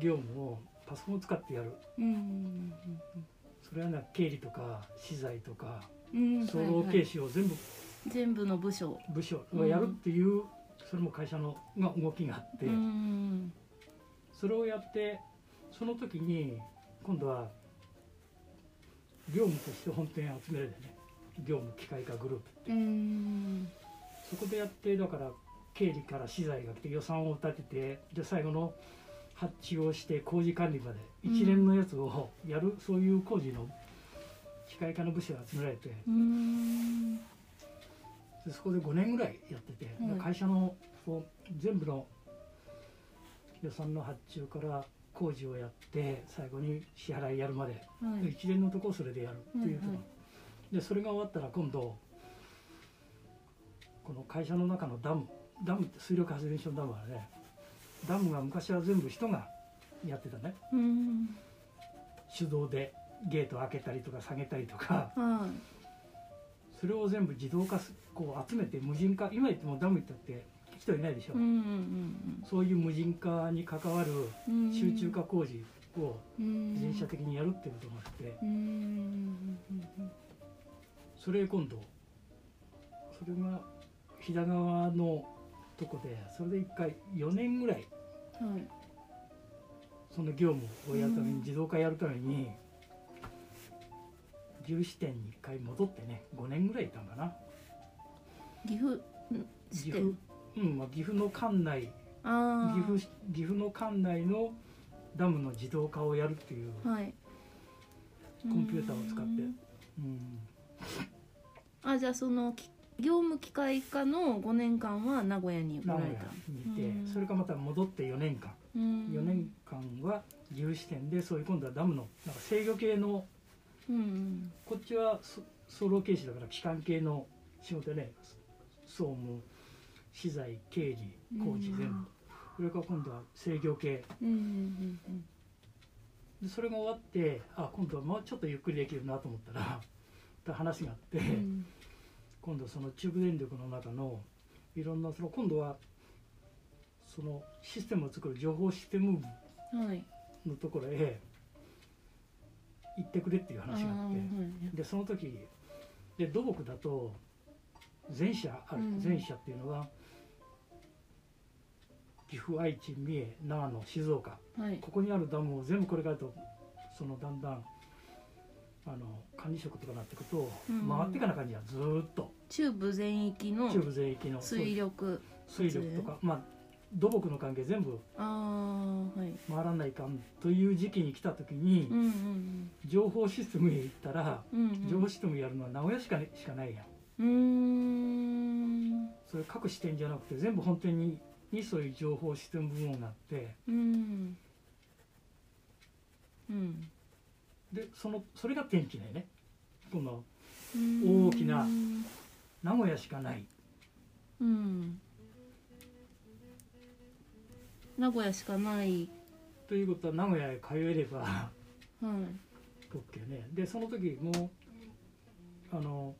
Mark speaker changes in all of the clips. Speaker 1: 業務をパソコンを使ってやる
Speaker 2: うん
Speaker 1: それはな経理とか資材とか
Speaker 2: うんうん
Speaker 1: 総合
Speaker 2: はいは
Speaker 1: 経
Speaker 2: い
Speaker 1: 視を全部
Speaker 2: 全部の部署
Speaker 1: 部署がやるっていう、それも会社のが動きがあって、
Speaker 2: うん
Speaker 1: それをやってその時に今度は業務として本店集めるでね業務機械化グループって、
Speaker 2: うん
Speaker 1: そこでやってだから経理から資材が来て予算を立ててで最後の発注をして工事管理まで
Speaker 2: うん
Speaker 1: 一連のやつをやる、そういう工事の機械化の部署が集められて
Speaker 2: うん
Speaker 1: でそこで5年ぐらいやってて、
Speaker 2: はい
Speaker 1: 会社のこう全部の予算の発注から工事をやって最後に支払いやるまで、
Speaker 2: はい
Speaker 1: 一連のところをそれでやるっていうところ、
Speaker 2: はいは
Speaker 1: でそれが終わったら今度この会社の中のダムダムって水力発電所のダムはねダムが昔は全部人がやってたね
Speaker 2: うん
Speaker 1: 手動でゲート開けたりとか下げたりとか
Speaker 2: は
Speaker 1: それを全部自動化すこう集めて無人化今言ってもダム行ったって人いないでしょ、
Speaker 2: いうんうん
Speaker 1: そういう無人化に関わる
Speaker 2: うんうん
Speaker 1: 集中化工事を
Speaker 2: うん
Speaker 1: 自転車的にやるっていうこともあって
Speaker 2: うんうんうん
Speaker 1: それ今度それが飛騨川のとこでそれで一回4年ぐらい
Speaker 2: うんはい
Speaker 1: その業務をやるため
Speaker 2: うん
Speaker 1: に自動化やるために牛支店に一回戻ってね5年ぐらいいたんだな
Speaker 2: 岐阜ん
Speaker 1: 岐
Speaker 2: 支
Speaker 1: 阜
Speaker 2: 店
Speaker 1: うんまあ岐阜の管内
Speaker 2: ああ
Speaker 1: 岐阜岐阜の管内のダムの自動化をやるっていう、
Speaker 2: はい
Speaker 1: コンピューターを使って
Speaker 2: うん
Speaker 1: うん、
Speaker 2: あじゃあそのき業務機械化の5年間は名古屋にお
Speaker 1: 名
Speaker 2: られ
Speaker 1: 古屋
Speaker 2: た
Speaker 1: にいて、
Speaker 2: うん
Speaker 1: それからまた戻って4年間
Speaker 2: うん
Speaker 1: 4年間は岐阜支店でそういう今度はダムのなんか制御系の
Speaker 2: うん
Speaker 1: こっちはそ総労経士だから機関系の仕事でねそ総務資材経理工事全部、
Speaker 2: うん
Speaker 1: それから今度は制御系
Speaker 2: うんうんうん
Speaker 1: でそれが終わってあ今度はもうちょっとゆっくりできるなと思ったら と話があって、
Speaker 2: うんうん
Speaker 1: 今度その中部電力の中のいろんなその今度はそのシステムを作る情報システム部
Speaker 2: うんはい
Speaker 1: のところへ行ってくれっていう話があって。でその時で土木だと全社ある、
Speaker 2: うん
Speaker 1: 全社っていうのは岐阜愛知三重長野静岡
Speaker 2: あーはいはい
Speaker 1: ここにあるダムを全部これからとそのだんだんあの管理職とかなってくと
Speaker 2: うん
Speaker 1: 回っていかな感じやずーっと
Speaker 2: 中部全域の
Speaker 1: 中部全域のそう
Speaker 2: 水力
Speaker 1: 水力とかまあ土木の関係全部
Speaker 2: ああはい
Speaker 1: 回らないかんという時期に来た時に
Speaker 2: うんうん
Speaker 1: 情報システムへ行ったら
Speaker 2: うんうんうん
Speaker 1: 情報システムやるのは名古屋しかねしかないやん。
Speaker 2: うーん
Speaker 1: それ各支店じゃなくて全部本店ににそういう情報システム部門があって
Speaker 2: うんうん
Speaker 1: でそのそれが天気だよねこの
Speaker 2: うん
Speaker 1: 大きな名古屋しかない
Speaker 2: うん名古屋しかない
Speaker 1: ということは名古屋へ通えれば
Speaker 2: はい
Speaker 1: OK ねでその時もうあの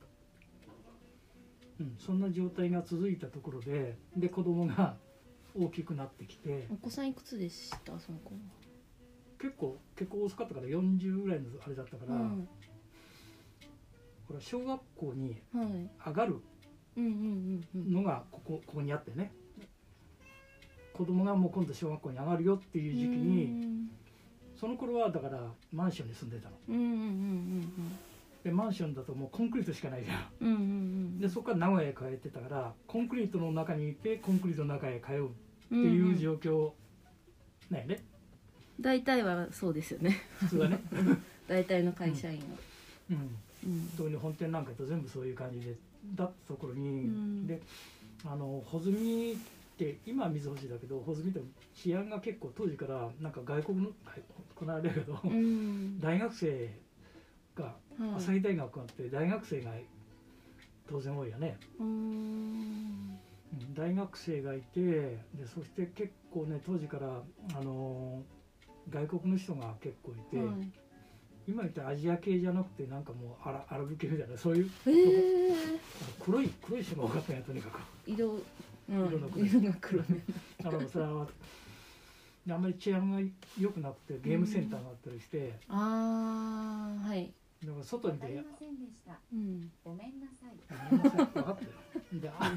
Speaker 1: うんそんな状態が続いたところでで子供が 大きくなってきて
Speaker 2: お子さんいくつでしたその子は
Speaker 1: 結構結構遅かったから40ぐらいのあれだったから、
Speaker 2: うん
Speaker 1: これは小学校に
Speaker 2: はい
Speaker 1: 上がる
Speaker 2: うんうんうんうん
Speaker 1: のがここここにあってね子供がもう今度小学校に上がるよっていう時期にその頃はだからマンションに住んでたの
Speaker 2: うんうんうん
Speaker 1: でマンションだともうコンクリートしかないじゃ
Speaker 2: うんうんうんうん
Speaker 1: んでそこから名古屋へ通ってたからコンクリートの中にいてコンクリートの中へ通うっ
Speaker 2: う
Speaker 1: て
Speaker 2: ん
Speaker 1: いう状況なんよね
Speaker 2: 大体はそうですよね
Speaker 1: 普通はね
Speaker 2: 大体の会社員は
Speaker 1: うん
Speaker 2: うん
Speaker 1: 特に本店なんかと全部そういう感じでだったところに、
Speaker 2: うん
Speaker 1: であの穂積って今は水穂市だけど穂積って治安が結構当時からなんか外国のはいこの間だけど、
Speaker 2: うん
Speaker 1: 大学生が
Speaker 2: はい
Speaker 1: 朝日大学があって大学生が当然多いよね、
Speaker 2: うん
Speaker 1: うん大学生がいてでそして結構ね当時からあのー外国の人が結構いて、
Speaker 2: はい
Speaker 1: 今言ったアジア系じゃなくてなんかもうアラアラブ系みたいなそういう
Speaker 2: えー
Speaker 1: 黒い黒い人が多か ったんやとにかく
Speaker 2: 色うん
Speaker 1: 色が黒い
Speaker 2: 色が黒め
Speaker 1: あのそれはであんまり治安が良くなくてゲームセンターがあったりして、
Speaker 2: あーはい、
Speaker 1: だから外に
Speaker 3: わかり
Speaker 1: 出
Speaker 3: ませんでした。
Speaker 2: うん、
Speaker 3: ごめんなさい。
Speaker 1: ごめんなさい分かってるであ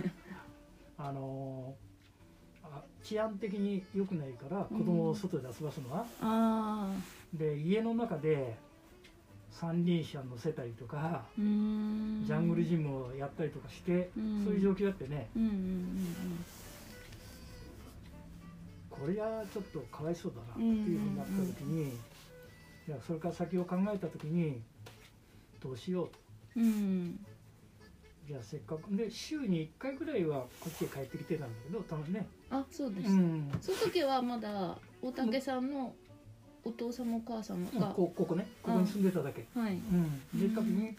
Speaker 1: あのーあ治安的に良くないから子供を外で遊ばすのは、
Speaker 2: あ
Speaker 1: で家の中で三輪車乗せたりとか
Speaker 2: ーうーん
Speaker 1: ジャングルジムをやったりとかして、
Speaker 2: うん
Speaker 1: そういう状況だってね
Speaker 2: うんうんうん
Speaker 1: これはちょっとかわいそうだなっていうふうになった時に、いやそれから先を考えた時にどうしよう
Speaker 2: うんうん
Speaker 1: じゃあせっかくで週に1回ぐらいはこっちへ帰ってきてたんだけど楽しいね、
Speaker 2: あそうです、
Speaker 1: うん、
Speaker 2: その時はまだ大竹さんのお父様お母様が、
Speaker 1: こここねここに住んでただけ、
Speaker 2: はい
Speaker 1: うん、
Speaker 2: う
Speaker 1: で
Speaker 2: ん
Speaker 1: 時に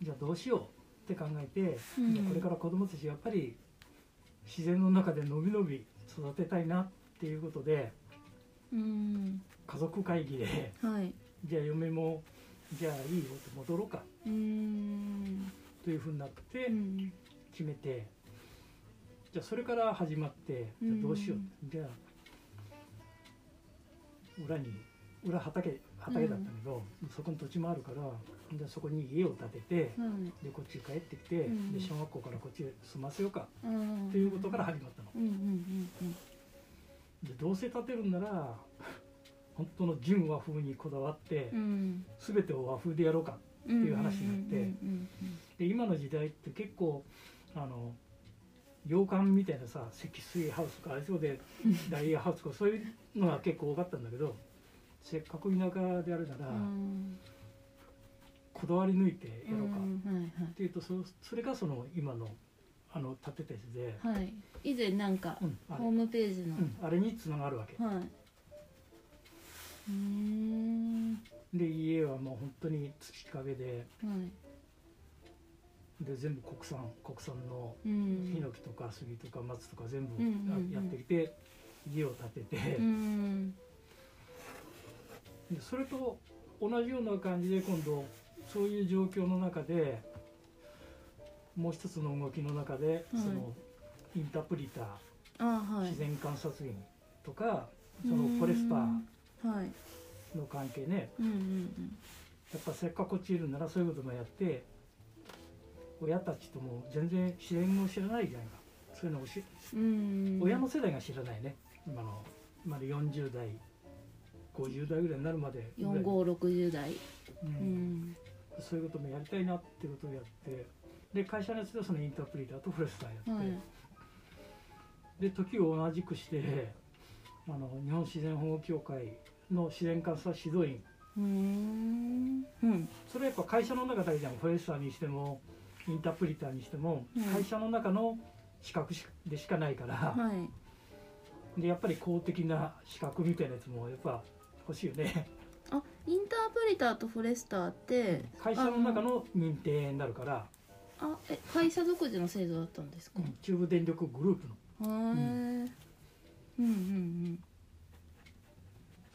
Speaker 1: じゃあどうしようって考えて、
Speaker 2: うん
Speaker 1: じゃあこれから子供たちやっぱり自然の中でのびのび育てたいなっていうことで
Speaker 2: うん
Speaker 1: 家族会議で
Speaker 2: はい
Speaker 1: じゃあ嫁もじゃあいいよって戻ろうか
Speaker 2: うーん
Speaker 1: というふうになって
Speaker 2: うん
Speaker 1: 決めて、じゃあそれから始まってじゃあどうしよう、
Speaker 2: うん
Speaker 1: じゃあ裏に裏畑畑だったけど、そこに土地もあるからじゃあそこに家を建てて
Speaker 2: はい
Speaker 1: でこっち帰ってきて、
Speaker 2: うん
Speaker 1: で小学校からこっちへ住ませようか
Speaker 2: あー
Speaker 1: っていうことから始まったの
Speaker 2: うんうんうん
Speaker 1: でどうせ建てるんなら本当の純和風にこだわって
Speaker 2: うんうん
Speaker 1: 全てを和風でやろうか
Speaker 2: って
Speaker 1: いう話になってで今の時代って結構あの洋館みたいなさ積水ハウスとかあれそうでダイヤハウスとかそういうのが結構多かったんだけどせっかく田舎であるなら、こだわり抜いてやろうかっていうとそそれがその今のあの建てたやつで、
Speaker 2: はいはい以前なんか
Speaker 1: うんあれ
Speaker 2: ホームページの
Speaker 1: うんあれにつながるわけ。
Speaker 2: はいうーん
Speaker 1: で家はもう本当に土壁で
Speaker 2: はい
Speaker 1: で全部国産国産の
Speaker 2: う
Speaker 1: ヒノ
Speaker 2: ん
Speaker 1: キとか杉とか松とか全部
Speaker 2: うんうんうん
Speaker 1: あやってきて家を建てて、
Speaker 2: うん
Speaker 1: でそれと同じような感じで今度そういう状況の中でもう一つの動きの中で、
Speaker 2: はい
Speaker 1: そのインタープリター、
Speaker 2: あはい
Speaker 1: 自然観察員とかそのフォレスター
Speaker 2: うんはい
Speaker 1: の関係ね
Speaker 2: うんうん
Speaker 1: やっぱせっかくこっちいるならそういうこともやって親たちとも全然自然を知らないじゃないかそういうのをし、
Speaker 2: うんうん
Speaker 1: 親の世代が知らないね今のまだ40代50代ぐらいになるまでぐらい
Speaker 2: 四五六十代
Speaker 1: うん
Speaker 2: うん
Speaker 1: そういうこともやりたいなっていうことをやってで会社のやつではそのインタープリターとフォレスターやって、
Speaker 2: はい
Speaker 1: で時を同じくしてあの日本自然保護協会の自然観察指導員
Speaker 2: うーんうん
Speaker 1: それはやっぱ会社の中だけじゃんフォレスターにしてもインタープリターにしても
Speaker 2: うん
Speaker 1: 会社の中の資格しでしかないから、
Speaker 2: はい
Speaker 1: でやっぱり公的な資格みたいなやつもやっぱ欲しいよね
Speaker 2: あインタープリターとフォレスターって
Speaker 1: 会社の中の認定になるから、
Speaker 2: あえ会社独自の制度だったんですか、
Speaker 1: うん中部電力グループの
Speaker 2: へーうんうん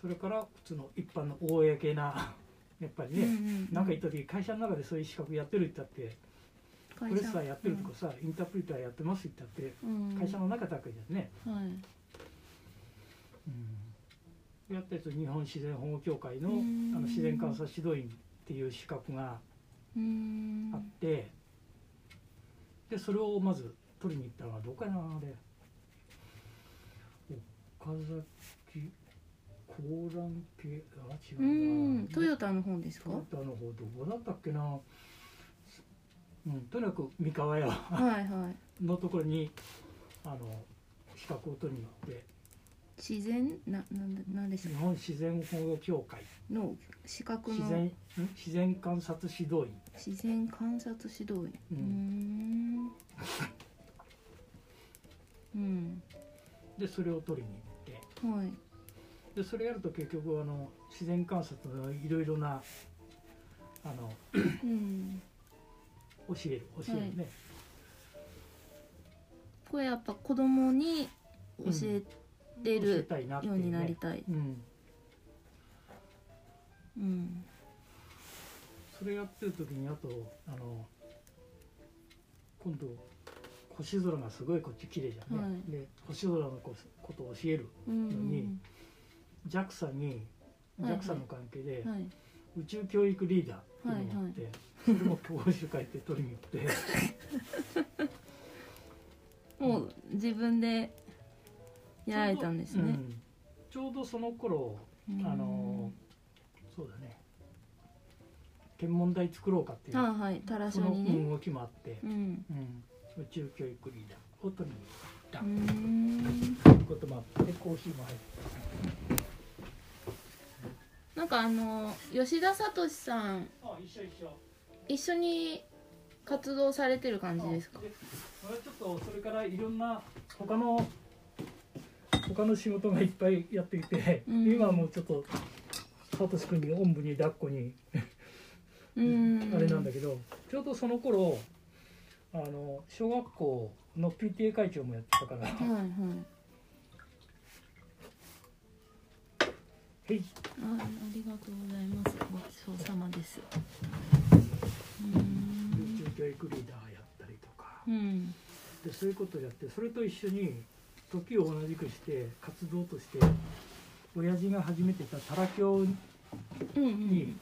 Speaker 1: それから普通の一般の公なやっぱ
Speaker 2: う
Speaker 1: り
Speaker 2: ん。う
Speaker 1: ね、
Speaker 2: ん
Speaker 1: なんか言った時会社の中でそういう資格やってるって言ったって
Speaker 2: 会
Speaker 1: プ
Speaker 2: 社
Speaker 1: レスターやってるとかさ、インタープリターやってますって言った
Speaker 2: うん
Speaker 1: って会社の中だけじゃね、
Speaker 2: はい
Speaker 1: やったやつ日本自然保護協会の
Speaker 2: うん
Speaker 1: あの自然観察指導員っていう資格が
Speaker 2: うーん
Speaker 1: あって、でそれをまず取りに行ったのはどこかなあれ岡崎高蘭系あ違う
Speaker 2: う
Speaker 1: な
Speaker 2: ーんトヨタの方ですか
Speaker 1: トヨタの方どこだったっけなうんとにかく三河屋
Speaker 2: はいはい
Speaker 1: のところにあの資格を取りに行って
Speaker 2: 自然ななんだなんでしょ
Speaker 1: 日本自然保護協会
Speaker 2: うの資格の
Speaker 1: 自然ん自然観察指導員
Speaker 2: 自然観察指導員
Speaker 1: う
Speaker 2: うんーんうん
Speaker 1: でそれを取りに行って
Speaker 2: はい
Speaker 1: でそれやると結局あの自然観察のいろいろなあの
Speaker 2: うん
Speaker 1: 教える教えるね、
Speaker 2: これやっぱ子供に教えて
Speaker 1: 教え
Speaker 2: る
Speaker 1: たいなってい
Speaker 2: よ
Speaker 1: う
Speaker 2: うになり
Speaker 1: ね
Speaker 2: たい、
Speaker 1: うん
Speaker 2: うん
Speaker 1: それやってる時にあとあの今度星空がすごいこっち綺麗じゃんね、
Speaker 2: はい
Speaker 1: で星空のここと教える
Speaker 2: うんうんうん
Speaker 1: JAXA に
Speaker 2: はいはい
Speaker 1: JAXA の関係で
Speaker 2: はい
Speaker 1: 宇宙教育リーダーっていうのがあって、それも講習会って取りに行って
Speaker 2: もう自分で やられたんです
Speaker 1: う
Speaker 2: ね、
Speaker 1: んちょうどその頃
Speaker 2: うん
Speaker 1: あのそうだね天文台作ろうかっていう
Speaker 2: あはいタラシ
Speaker 1: そ
Speaker 2: ョ
Speaker 1: の
Speaker 2: にね
Speaker 1: 動きもあって
Speaker 2: う、ん
Speaker 1: うん宇宙教育リーダーを取りに行
Speaker 2: う
Speaker 1: った
Speaker 2: ーん
Speaker 1: こともあってコーヒーも入って
Speaker 2: なんかあの吉田聡さん
Speaker 1: あ一緒一緒
Speaker 2: 一緒に活動されてる感じですか
Speaker 1: でまあちょっとそれからいろんな他の他の仕事がいっぱいやっていて、
Speaker 2: うん
Speaker 1: 今はもうちょっとサトシ君におんぶに抱っこに
Speaker 2: うーん
Speaker 1: あれなんだけど、ちょうどその頃あの小学校の PTA 会長もやってたから
Speaker 2: はいはい
Speaker 1: 「へい
Speaker 2: あありがとうございますごちそうさまですうー
Speaker 1: 宇
Speaker 2: ん
Speaker 1: 宙教育リーダーやったりとか
Speaker 2: うん
Speaker 1: でそういうことをやってそれと一緒に時を同じくして活動として親父が始めてたタラ教
Speaker 2: うん
Speaker 1: に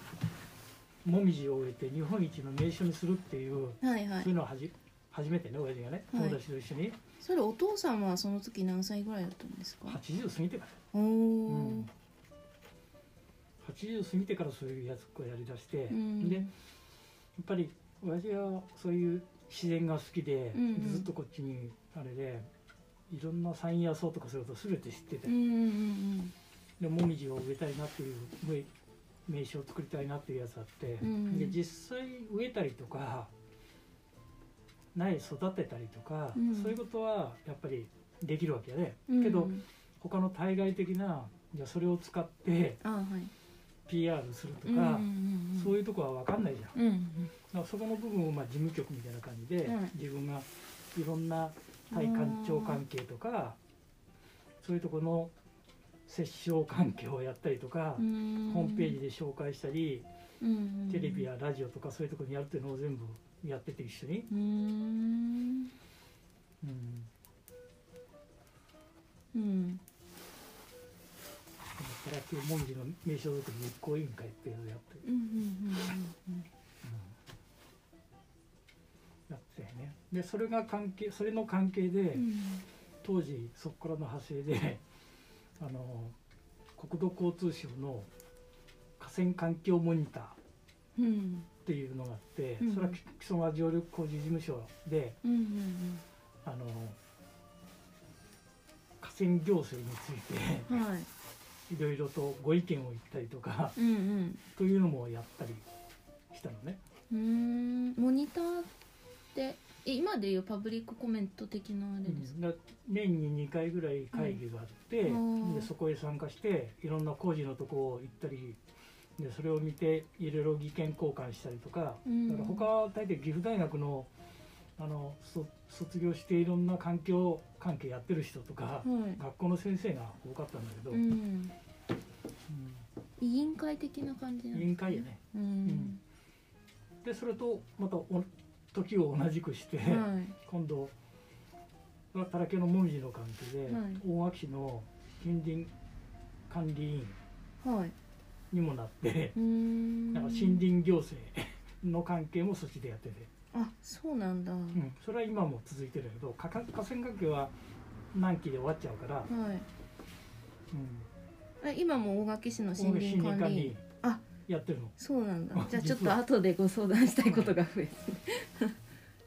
Speaker 1: もみじを植えて日本一の名所にするっていう、
Speaker 2: うんはいはい
Speaker 1: そういうのをはじ初めてね親父がね
Speaker 2: はい
Speaker 1: 友達と一緒に
Speaker 2: それお父さんはその時何歳ぐらいだったんですか
Speaker 1: 80過ぎてから、
Speaker 2: お
Speaker 1: う
Speaker 2: お
Speaker 1: ん、80過ぎてからそういうやつをやりだして、
Speaker 2: うん
Speaker 1: でやっぱり親父はそういう自然が好きで、
Speaker 2: うんうん
Speaker 1: ずっとこっちにあれでいろんな山野草とかそういうこと全て知ってて、
Speaker 2: うんうん
Speaker 1: でもみじを植えたいなっていう植え名所を作りたいなっていうやつあって、
Speaker 2: うん
Speaker 1: で実際植えたりとか苗育てたりとか、
Speaker 2: うん
Speaker 1: そういうことはやっぱりできるわけやね、
Speaker 2: うんうん
Speaker 1: けど他の対外的なじゃあそれを使って
Speaker 2: あはい
Speaker 1: PR すると
Speaker 2: うんうん
Speaker 1: か、
Speaker 2: うん
Speaker 1: そういうとこは分かんないじゃんだ
Speaker 2: うんうん
Speaker 1: からそこの部分をまあ事務局みたいな感じで、
Speaker 2: うん
Speaker 1: 自分がいろんな対官庁関係とかそういうとこの折衝関係をやったりとか、
Speaker 2: うーん
Speaker 1: ホームページで紹介したり、
Speaker 2: うん
Speaker 1: テレビやラジオとかそういうところにやるっていうのを全部やってて一緒に、
Speaker 2: うー
Speaker 1: う
Speaker 2: ん
Speaker 1: ん、
Speaker 2: うん
Speaker 1: タラキュ文字の名称作り実行委員会っていうのをやって、
Speaker 2: うんうんうんうん
Speaker 1: やってたよねでそれが関係それの関係で、
Speaker 2: うん
Speaker 1: 当時そこからの派生であの国土交通省の河川環境モニターっ
Speaker 2: うんうん
Speaker 1: ていうのがあって、
Speaker 2: うん
Speaker 1: それは木曽川上陸工事事務所で
Speaker 2: うんうん
Speaker 1: あの河川行政について
Speaker 2: うんはい
Speaker 1: いろいろとご意見を言ったりとか
Speaker 2: うんうん
Speaker 1: というのもやったりしたのね
Speaker 2: うーんモニターってえ今でいうパブリックコメント的なあれですか
Speaker 1: だ年に2回ぐらい会議があって、
Speaker 2: うん
Speaker 1: でそこへ参加していろんな工事のとこ行ったりでそれを見ていろいろ意見交換したりとか,、
Speaker 2: うん
Speaker 1: だから他は大体岐阜大学のあのそ卒業していろんな環境関係やってる人とか、
Speaker 2: はい
Speaker 1: 学校の先生が多かったんだけど、
Speaker 2: うん
Speaker 1: うん
Speaker 2: 委員会的な感じな
Speaker 1: 委
Speaker 2: んです
Speaker 1: 員会やね
Speaker 2: うん
Speaker 1: でそれとまたお時を同じくして、
Speaker 2: はい
Speaker 1: 今度はたらけのもみじの関係で、
Speaker 2: はい
Speaker 1: 大垣市の近隣管理委員
Speaker 2: はい
Speaker 1: にもなって
Speaker 2: う、ーん
Speaker 1: なんか森林行政の関係もそっちでやってて、
Speaker 2: あそうなんだ、
Speaker 1: うんそれは今も続いてるんだけどかか河川関係は何期で終わっちゃうから、
Speaker 2: はい
Speaker 1: うん
Speaker 2: え今も大垣市の
Speaker 1: 大
Speaker 2: 森
Speaker 1: 垣
Speaker 2: 林管理員あ
Speaker 1: やってるの、
Speaker 2: そうなんだ
Speaker 1: あ
Speaker 2: じゃあちょっ
Speaker 1: 実
Speaker 2: と
Speaker 1: は
Speaker 2: 後でご相談したいことが増えて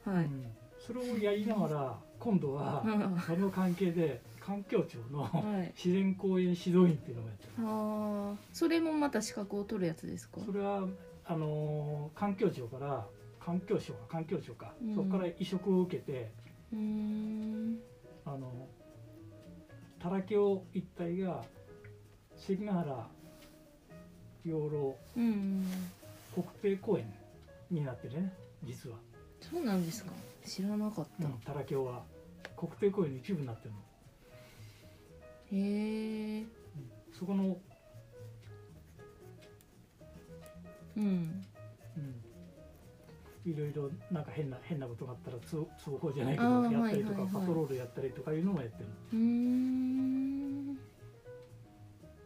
Speaker 2: はい、
Speaker 1: うんそれをやりながら今度は
Speaker 2: うん
Speaker 1: その関係で環境庁の
Speaker 2: はい
Speaker 1: 自然公園指導員っていうのもやってる
Speaker 2: ああそれもまた資格を取るやつですか
Speaker 1: それはあのー環境庁から環境省か環境省か、
Speaker 2: うん
Speaker 1: そこから移植を受けて
Speaker 2: うーん
Speaker 1: あのたらけを一帯が関ヶ原養老
Speaker 2: うん
Speaker 1: 北帝公園になってるね実は、
Speaker 2: そうなんですか知らなかった、
Speaker 1: たらけは国定公園の一部になってるの、
Speaker 2: へえ
Speaker 1: そこの、
Speaker 2: う
Speaker 1: う
Speaker 2: ん
Speaker 1: ん、いろいろなんか変な変なことがあったら通通報じゃないけ
Speaker 2: あ
Speaker 1: ど
Speaker 2: ー
Speaker 1: やったりと
Speaker 2: はいはい
Speaker 1: か
Speaker 2: はい
Speaker 1: パトロールやったりとかいうのもやってるの
Speaker 2: うーん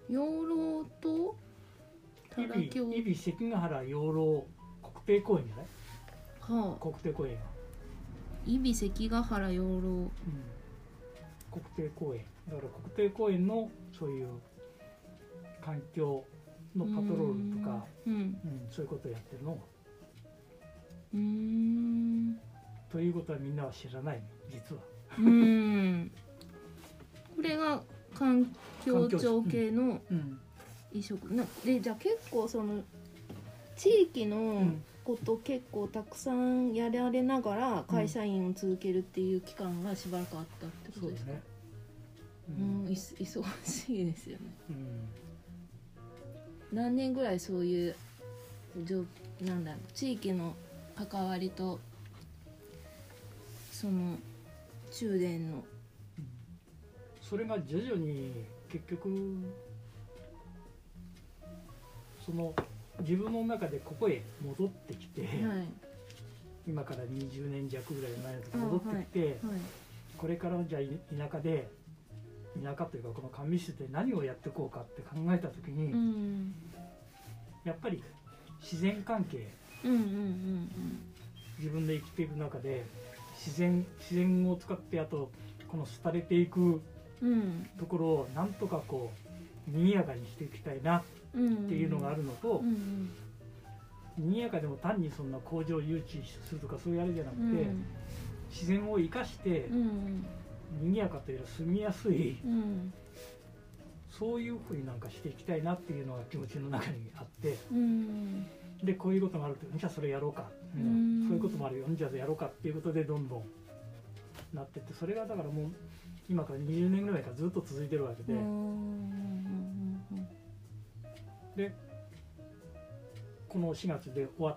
Speaker 2: 養老と多良
Speaker 1: 伊
Speaker 2: 峡
Speaker 1: 比伊比関ヶ原養老国定公園じゃない
Speaker 2: はあ
Speaker 1: 国定公園は、
Speaker 2: 伊比関ヶ原養老
Speaker 1: うん、国定公園だから国定公園のそういう環境のパトロールとか、
Speaker 2: うん
Speaker 1: うんそういうことをやってるの
Speaker 2: うーん
Speaker 1: ということはみんなは知らない実は
Speaker 2: うーんこれが環境庁系の
Speaker 1: うん
Speaker 2: 移植、なでじゃあ結構その地域
Speaker 1: う
Speaker 2: の
Speaker 1: ん
Speaker 2: こと結構たくさんやられながら会社員を続けるっていう期間がしばらくあったってこ
Speaker 1: そ
Speaker 2: と
Speaker 1: う
Speaker 2: で
Speaker 1: だ
Speaker 2: すか、
Speaker 1: ねう
Speaker 2: うん
Speaker 1: ん、
Speaker 2: いす忙しいですよね
Speaker 1: うん
Speaker 2: 何年ぐらいそういうじょなんだろう地域の関わりとその中電の
Speaker 1: それが徐々に結局その自分の中でここへ戻ってきて、
Speaker 2: はい
Speaker 1: 今から20年弱ぐらい前のとこ戻ってきて、
Speaker 2: はい
Speaker 1: これからじゃあい田舎で田舎というかこの上市で何をやっていこうかって考えた時に、
Speaker 2: うん
Speaker 1: やっぱり自然関係
Speaker 2: うんうんうん
Speaker 1: 自分で生きていく中で自然自然を使ってあとこの廃れていく
Speaker 2: うんうん
Speaker 1: ところをなんとかこう賑やかにしていきたいなっ
Speaker 2: うん
Speaker 1: ていうのがあるのと、
Speaker 2: うんうん
Speaker 1: 賑やかでも単にそんな工場誘致するとかそういうあれじゃなくて、自然を生かして
Speaker 2: うんうん
Speaker 1: 賑やかというよりは住みやすい
Speaker 2: うん
Speaker 1: そういうふうになんかしていきたいなっていうのが気持ちの中にあって
Speaker 2: うん
Speaker 1: でこういうこともあるとじゃあそれやろうか、うん
Speaker 2: うん
Speaker 1: そういうこともあるよじゃあやろうかっていうことでどんどんなってってそれがだからもう今から20年ぐらい前からずっと続いてるわけ
Speaker 2: う
Speaker 1: で、
Speaker 2: ん
Speaker 1: この4月で終わっ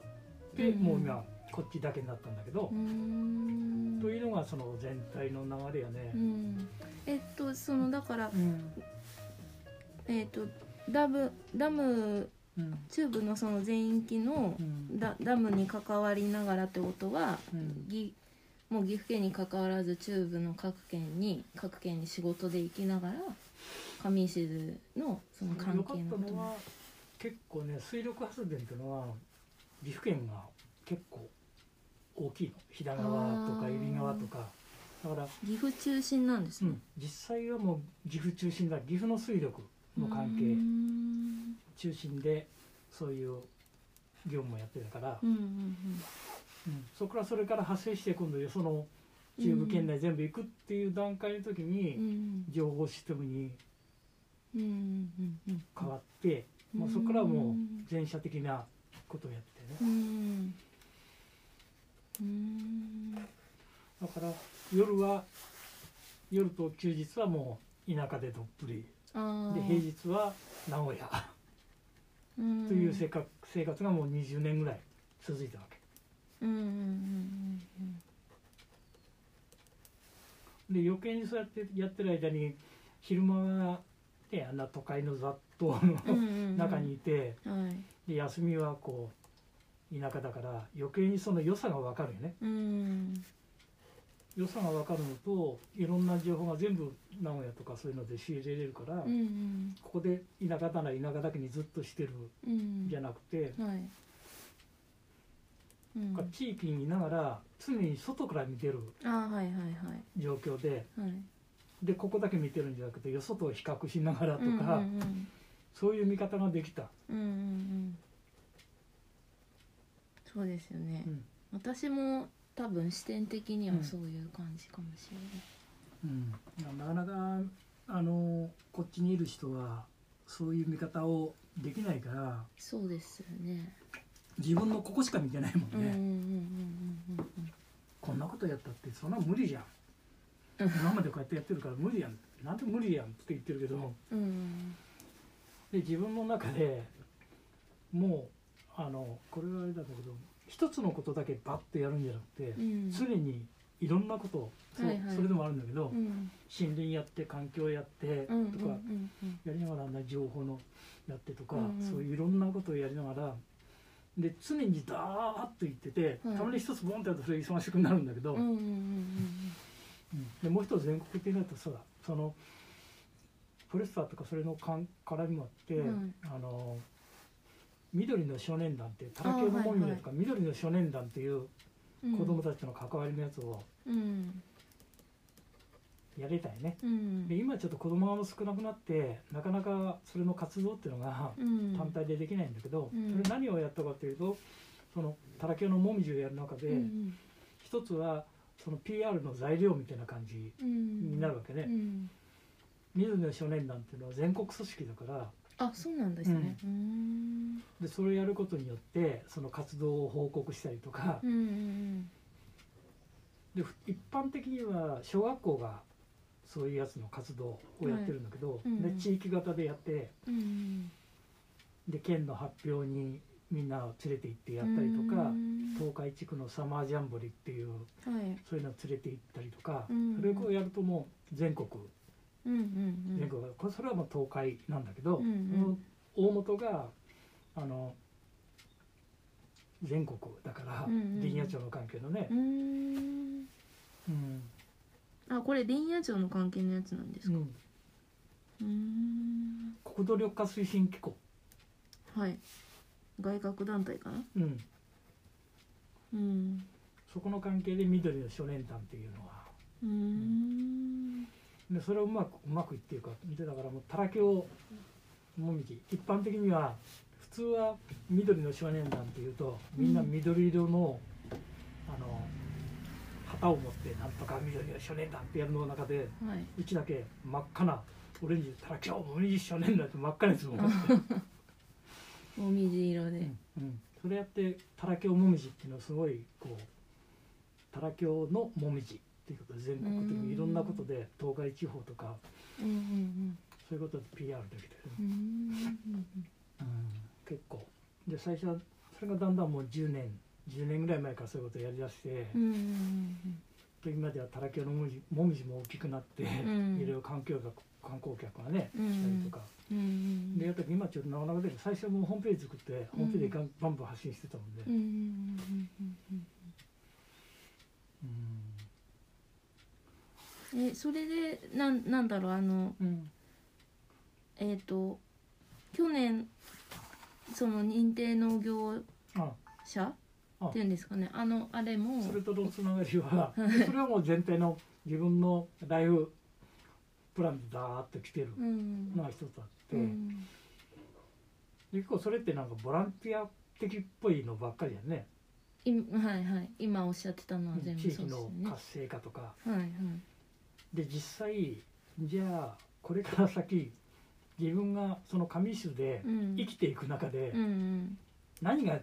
Speaker 1: て、
Speaker 2: うん
Speaker 1: もう今こっちだけになったんだけど、
Speaker 2: うん
Speaker 1: というのがその全体の流れやね
Speaker 2: う。んえっとそのだから
Speaker 1: うん
Speaker 2: えっとダムダム
Speaker 1: うん
Speaker 2: 中部のその全域の
Speaker 1: うん
Speaker 2: ダダムに関わりながらってことは、
Speaker 1: うん
Speaker 2: ぎもう岐阜県に関わらず中部の各県に各県に仕事で行きながら上石津のその関
Speaker 1: 良かっ
Speaker 2: 係のこ
Speaker 1: た
Speaker 2: と
Speaker 1: の
Speaker 2: も
Speaker 1: は結構ね水力発電っていうのは岐阜県が結構大きいの飛騨川と
Speaker 2: あ
Speaker 1: か
Speaker 2: ー
Speaker 1: 海老川とかだから、
Speaker 2: 岐阜中心なんです
Speaker 1: う
Speaker 2: ね、
Speaker 1: ん、実際はもう岐阜中心だ岐阜の水力の関
Speaker 2: うー
Speaker 1: 係
Speaker 2: ん
Speaker 1: 中心でそういう業務をやってたから、
Speaker 2: うんうん
Speaker 1: うんそこからそれから発生して今度よその中部県内全部行くっていう段階の時
Speaker 2: うんう
Speaker 1: に
Speaker 2: ん
Speaker 1: 情報システムに
Speaker 2: うんうんうん
Speaker 1: 変わって、
Speaker 2: うん
Speaker 1: まあ、そこからはもう全社的なことをやってね
Speaker 2: うんうーん
Speaker 1: だから夜は夜と休日はもう田舎でどっぷり
Speaker 2: あ
Speaker 1: で平日は名古屋と
Speaker 2: と
Speaker 1: いう生活生活がもう20年ぐらい続いたわけ
Speaker 2: うんうんうん
Speaker 1: で余計にそうやってやってる間に昼間は、ね、あんな都会の雑踏
Speaker 2: うんうん
Speaker 1: の
Speaker 2: うんうん
Speaker 1: 中にいて
Speaker 2: はい
Speaker 1: で休みはこう田舎だから余計にその良さが分かるよね
Speaker 2: うん
Speaker 1: 良さが分かるのといろんな情報が全部名古屋とかそういうので仕入れれるから、
Speaker 2: うんうん
Speaker 1: ここで田舎なら田舎だけにずっとしてる
Speaker 2: うん
Speaker 1: じゃなくて、
Speaker 2: はいうん
Speaker 1: なんか地域にいながら常に外から見てる
Speaker 2: あはいはいはい
Speaker 1: 状況で
Speaker 2: はい
Speaker 1: でここだけ見てるんじゃなくてよそと比較しながらとか、
Speaker 2: うんうん
Speaker 1: そういう見方ができた、
Speaker 2: うんうんうんうんそうですよね、
Speaker 1: うん
Speaker 2: 私も多分視点的にはそういう感じかもしれない、
Speaker 1: なかなかあのこっちにいる人はそういう見方をできないから
Speaker 2: そうですよね
Speaker 1: 自分のここしか見てないも
Speaker 2: うんんうん
Speaker 1: ね、
Speaker 2: うんうんうんうん
Speaker 1: こんなことやったってそんな無理じゃん
Speaker 2: うん
Speaker 1: 今までこうやってやってるから無理やんなんで無理やんって言ってるけど、
Speaker 2: うん
Speaker 1: で自分の中でもうあのこれはあれなんだけど一つのことだけバッとやるんじゃなくて、
Speaker 2: うん
Speaker 1: 常にいろんなことをそ,、
Speaker 2: はいはい
Speaker 1: それでもあるんだけど、
Speaker 2: うん
Speaker 1: 森林やって環境やって
Speaker 2: う
Speaker 1: とか、
Speaker 2: んうんうんうん
Speaker 1: やりながらあんな情報のやってとか、
Speaker 2: うんうん
Speaker 1: そういういろんなことをやりながらで常にダーッといってて、
Speaker 2: はい
Speaker 1: たまに一つボンってやるとそれ忙しくなるんだけど、
Speaker 2: うんうんうんうん
Speaker 1: うんでもう一つ全国的だとさそのプレッサーとかそれのかん絡みもあって、
Speaker 2: うん
Speaker 1: あの緑の少年団って田中の本名とか、緑の少年団っていう
Speaker 2: うん
Speaker 1: 子供たちの関わりのやつを
Speaker 2: うん
Speaker 1: やりたいね、
Speaker 2: うん
Speaker 1: で今ちょっと子供も少なくなってなかなかそれの活動っていうのが
Speaker 2: うん
Speaker 1: 単体でできないんだけど、
Speaker 2: うん
Speaker 1: それ何をやったかというとそのタラケのもみじをやる中で、
Speaker 2: うん
Speaker 1: 一つはその PR の材料みたいな感じ
Speaker 2: うん
Speaker 1: になるわけ
Speaker 2: う
Speaker 1: ね、
Speaker 2: ん
Speaker 1: 水野少年団っていうのは全国組織だから
Speaker 2: あそうなんですねうーん
Speaker 1: でそれをやることによってその活動を報告したりとか、
Speaker 2: うんうん
Speaker 1: でふ一般的には小学校がそういうやつの活動をやってるんだけど、
Speaker 2: うんうん
Speaker 1: で地域型でやって
Speaker 2: うんうん
Speaker 1: で県の発表にみんなを連れて行ってやったりとか
Speaker 2: うー。ん
Speaker 1: 東海地区のサマージャンボリっていう
Speaker 2: はい
Speaker 1: そういうのを連れて行ったりとか、
Speaker 2: うん
Speaker 1: それをやるともう全国
Speaker 2: うんうんう
Speaker 1: 全
Speaker 2: ん
Speaker 1: 国これそれはもう東海なんだけど、
Speaker 2: うんうん
Speaker 1: その大元があの全国だから、
Speaker 2: うんうん
Speaker 1: 林野庁の関係のね
Speaker 2: う、ーん
Speaker 1: うん
Speaker 2: あこれ林野庁の関係のやつなんです
Speaker 1: う
Speaker 2: か
Speaker 1: ん
Speaker 2: うーん
Speaker 1: 国土緑化推進機構、
Speaker 2: はい外郭団体かな
Speaker 1: うん、
Speaker 2: うん
Speaker 1: そこの関係で緑の少年団っていうのは
Speaker 2: うーん
Speaker 1: でそれをうまくうまくいっていうか見てたからもうたらけをもみじ一般的には普通は緑の少年団っていうとみんな緑色の、あの旗を持ってなんとか緑の少年団ってやるの中で
Speaker 2: はいう
Speaker 1: ちだけ真っ赤なオレンジでたらけをもみじ少年団って真っ赤なやつも持って、
Speaker 2: もみじ色で
Speaker 1: うん、それやってたらけをもみじっていうのはすごいこうたらけをのもみじっていうことで全国的にいろんなことで東海地方とか
Speaker 2: うんうん
Speaker 1: そういうことで PR できてる。
Speaker 2: うんうん
Speaker 1: 結構で最初はそれがだんだんもう10年10年ぐらい前からそういうことをやりだして、
Speaker 2: うんうん
Speaker 1: と今ではたらきのもみじもみじも大きくなって、
Speaker 2: ん
Speaker 1: いろいろ観光客観光客がね、
Speaker 2: うん
Speaker 1: 来たりとか
Speaker 2: うんうん
Speaker 1: でやっぱり今ちょっとなかなかで最初はもうホームページ作ってホームページでガンバンバン発信してたもんで、
Speaker 2: うんうんうんうんうんえそれでなんなんだろうあの
Speaker 1: うん
Speaker 2: えっ、と去年その認定農業
Speaker 1: あ
Speaker 2: 者
Speaker 1: あ
Speaker 2: っていうんですかねあのあれも
Speaker 1: それとのつながりはそれはもう全体の自分のライフプランでダーッと来てる
Speaker 2: うん
Speaker 1: のが一つあって。
Speaker 2: うん
Speaker 1: で結構それってなんかボランティア的っぽいのばっかりやね
Speaker 2: いはいはい今おっしゃってたのは全部
Speaker 1: 地域
Speaker 2: そうです
Speaker 1: の
Speaker 2: よねは
Speaker 1: 活性化とか
Speaker 2: いはい
Speaker 1: で実際じゃあこれから先自分がその上市で
Speaker 2: うん
Speaker 1: 生きていく中で
Speaker 2: うんうん
Speaker 1: 何が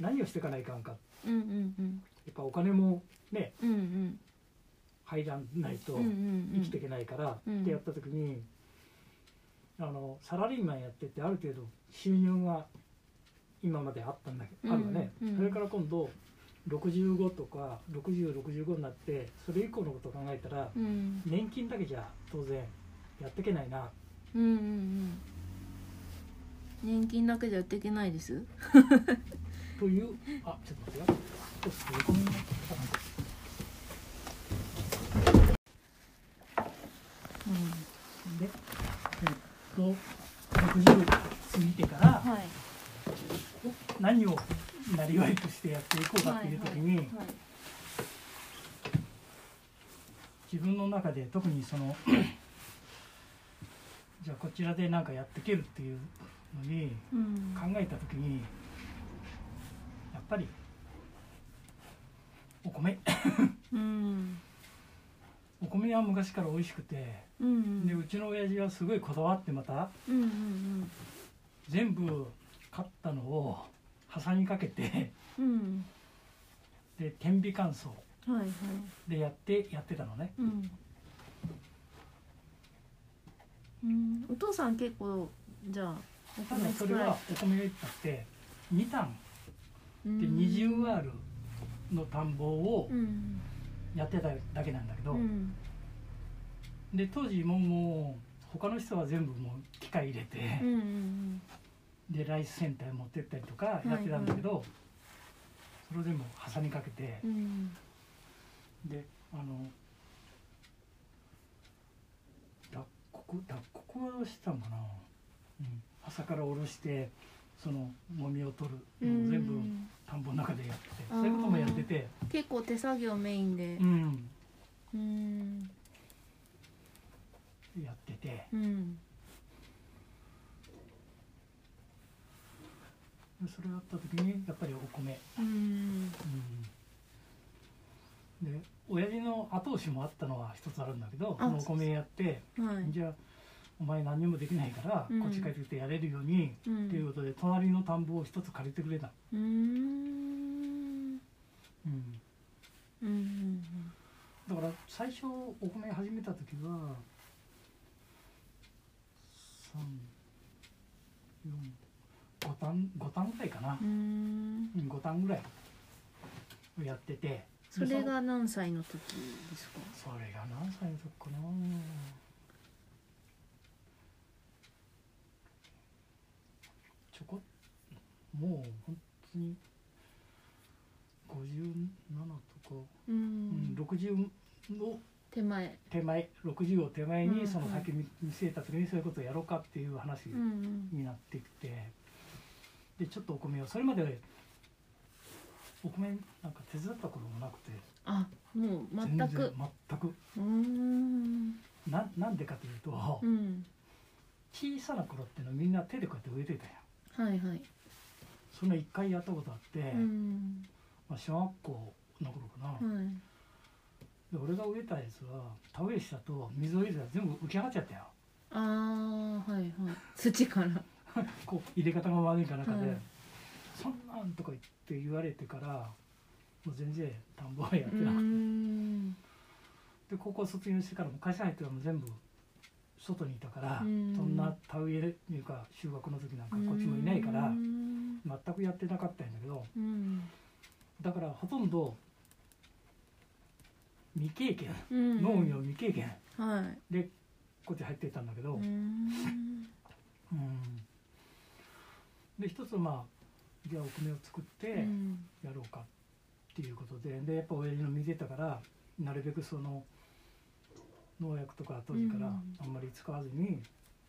Speaker 1: 何をしていかないかんかや
Speaker 2: うんうんうん
Speaker 1: っぱお金もね
Speaker 2: うんうん
Speaker 1: 入らないと
Speaker 2: うんうん
Speaker 1: 生きていけないから
Speaker 2: うん
Speaker 1: ってやった時にあのサラリーマンやっててある程度収入が今まであったんだけどあるよね、
Speaker 2: うんうん
Speaker 1: それから今度65とか6065になってそれ以降のことを考えたら
Speaker 2: うん
Speaker 1: 年金だけじゃ当然やっていけないな
Speaker 2: うんうんうん年金だけじゃやっていけないです
Speaker 1: というあちょっと待ってよちょっと横にあなんかでえっと60過ぎてから
Speaker 2: はい
Speaker 1: 何をなりわいとしてやっていこうかっていう時に、
Speaker 2: はい
Speaker 1: 自分の中で特にその じゃあこちらで何かやっていけるっていうのに
Speaker 2: うん
Speaker 1: 考えた時にやっぱりお米
Speaker 2: うん
Speaker 1: お米は昔から美味しくて
Speaker 2: うんうん
Speaker 1: でうちの親父はすごいこだわってまた
Speaker 2: うんうん
Speaker 1: 全部買ったのを挟みかけて
Speaker 2: うん
Speaker 1: で天日乾燥
Speaker 2: うんはいはい
Speaker 1: でやってやってたのね
Speaker 2: うんうんお父さん結構じゃあお
Speaker 1: ただ
Speaker 2: 米
Speaker 1: そ
Speaker 2: 作
Speaker 1: れ
Speaker 2: られ
Speaker 1: はお米がいっぱいあって2単
Speaker 2: で
Speaker 1: で20アールの田んぼを
Speaker 2: うん
Speaker 1: やってただけなんだけ
Speaker 2: う
Speaker 1: ど、
Speaker 2: ん
Speaker 1: で当時ももう他の人は全部もう機械入れ
Speaker 2: うんう
Speaker 1: て、
Speaker 2: ん
Speaker 1: でライスセンターへ持ってったりとかやってたんだけど、それを全部挟みかけて
Speaker 2: う、ん
Speaker 1: であのだこ刻脱穀はしてたんかな、うん、朝からおろしてそのもみを取るのを全部田んぼの中でやってて
Speaker 2: あ
Speaker 1: そ
Speaker 2: ー
Speaker 1: ういうこともやってて
Speaker 2: 結構手作業メインで
Speaker 1: うん
Speaker 2: うん
Speaker 1: やってて
Speaker 2: うん
Speaker 1: それやった時にやっぱりお米、
Speaker 2: うん
Speaker 1: うん、で親父の後押しもあったのは一つあるんだけど
Speaker 2: あ
Speaker 1: そのお米やって
Speaker 2: はい
Speaker 1: じゃあお前何にもできないから、
Speaker 2: うん
Speaker 1: こっち帰ってきてやれるように、
Speaker 2: うん
Speaker 1: っていうことで隣の田んぼを一つ借りてくれた、
Speaker 2: うーん
Speaker 1: うん、
Speaker 2: うんうん
Speaker 1: だから最初お米始めた時は345単5単ぐらいかな
Speaker 2: う、ん
Speaker 1: うん、5単ぐらいをやってて
Speaker 2: それが何歳の時ですか
Speaker 1: それが何歳の時かなちょこもう本当に57とか、う
Speaker 2: う
Speaker 1: ん、
Speaker 2: ん
Speaker 1: 60を
Speaker 2: 手前
Speaker 1: 手前60を手前
Speaker 2: うん
Speaker 1: にその先見見据えた時にそういうことをやろうかっていう話
Speaker 2: うん
Speaker 1: になってきて、でちょっとお米をそれまでお米なんか手伝ったこともなくて
Speaker 2: あもう
Speaker 1: 全
Speaker 2: 全
Speaker 1: 然
Speaker 2: く
Speaker 1: 全く
Speaker 2: うーん
Speaker 1: ななんでかというと、
Speaker 2: うん
Speaker 1: 小さな頃ってのはみんな手でこうやって植えてたよ
Speaker 2: はいはい
Speaker 1: そんな一回やったことあって、
Speaker 2: うん
Speaker 1: まあ、小学校の頃かな、
Speaker 2: はい
Speaker 1: で俺が植えたやつは田植えしたと水を入れたら全部浮き上がっちゃったよ
Speaker 2: あーはいはい土から
Speaker 1: こう入れ方が悪いかなんかで、
Speaker 2: うん
Speaker 1: そんなんとか言って言われてからもう全然田んぼはやって
Speaker 2: う
Speaker 1: なくて、
Speaker 2: ん
Speaker 1: で高校卒業してからも会社入ってからも全部外にいたから、
Speaker 2: うん
Speaker 1: そんな田植えっていうか収穫の時なんかこっちもいないから、
Speaker 2: うん
Speaker 1: 全くやってなかったんだけど
Speaker 2: うん
Speaker 1: だからほとんど未経験
Speaker 2: うん
Speaker 1: 農業未経験
Speaker 2: はい
Speaker 1: でこっち入ってたんだけど、
Speaker 2: うん
Speaker 1: うんで一つまあじゃあお米を作って
Speaker 2: うん
Speaker 1: やろうかっていうことででやっぱ親父の見てたからなるべくその農薬とか当時から
Speaker 2: うん
Speaker 1: あんまり使わずに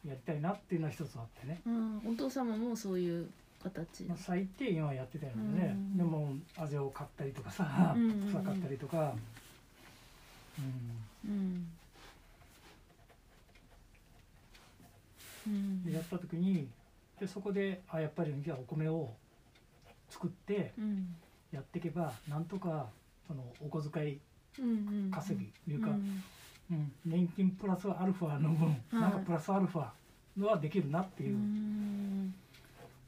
Speaker 1: やりたいなっていうのは一つあってね、
Speaker 2: うんお父様もそういう形
Speaker 1: まあ、最低限はやってたよね、
Speaker 2: うん
Speaker 1: でもあぜを買ったりとかさ、
Speaker 2: うんうんうん
Speaker 1: 草買ったりとか、うん、
Speaker 2: うんうん
Speaker 1: でやった時にでそこであやっぱりじゃあお米を作って
Speaker 2: うん
Speaker 1: やっていけばなんとかそのお小遣い
Speaker 2: うんうん
Speaker 1: 稼ぎというか、
Speaker 2: うん
Speaker 1: うん年金プラスアルファの分、なんかプラスアルファのはできるなっていう、
Speaker 2: うん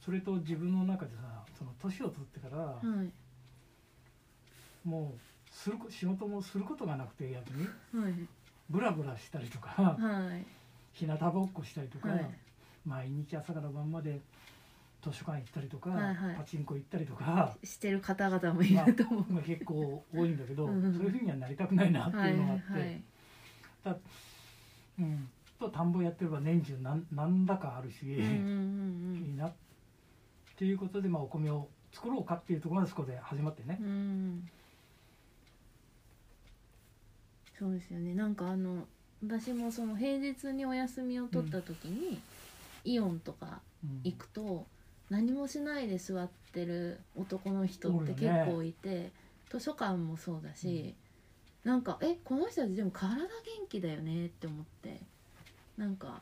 Speaker 1: それと自分の中でさその年を取ってから、
Speaker 2: はい
Speaker 1: もうするこ仕事もすることがなくて逆に
Speaker 2: はい
Speaker 1: ブラブラしたりとか
Speaker 2: はい
Speaker 1: 日向ぼっこしたりとか、
Speaker 2: はい
Speaker 1: 毎日朝から晩まで図書館行ったりとか、
Speaker 2: はいはい
Speaker 1: パチンコ行ったりとか。
Speaker 2: してる方々もいると思
Speaker 1: まあ結構多いんだけど、
Speaker 2: うん
Speaker 1: そういうふうにはなりたくないなっ
Speaker 2: う
Speaker 1: て
Speaker 2: はいいう
Speaker 1: のがあ
Speaker 2: は
Speaker 1: って、
Speaker 2: い
Speaker 1: うん、と田んぼやってれば年中なんなんだかあるし、
Speaker 2: うんうん
Speaker 1: いいなっていうことで、まあ、お米を作ろうかっていうところがそこで始まってね
Speaker 2: うんう、んそうですよねなんかあの私もその平日にお休みを取った時に、イオンとか
Speaker 1: うん
Speaker 2: 行くと何もしないで座ってる男の人
Speaker 1: お
Speaker 2: っ
Speaker 1: る
Speaker 2: て
Speaker 1: よ
Speaker 2: 結
Speaker 1: ね
Speaker 2: 構いて、図書館もそうだし、なんかえこの人たちでも体元気だよねって思ってなんか
Speaker 1: うん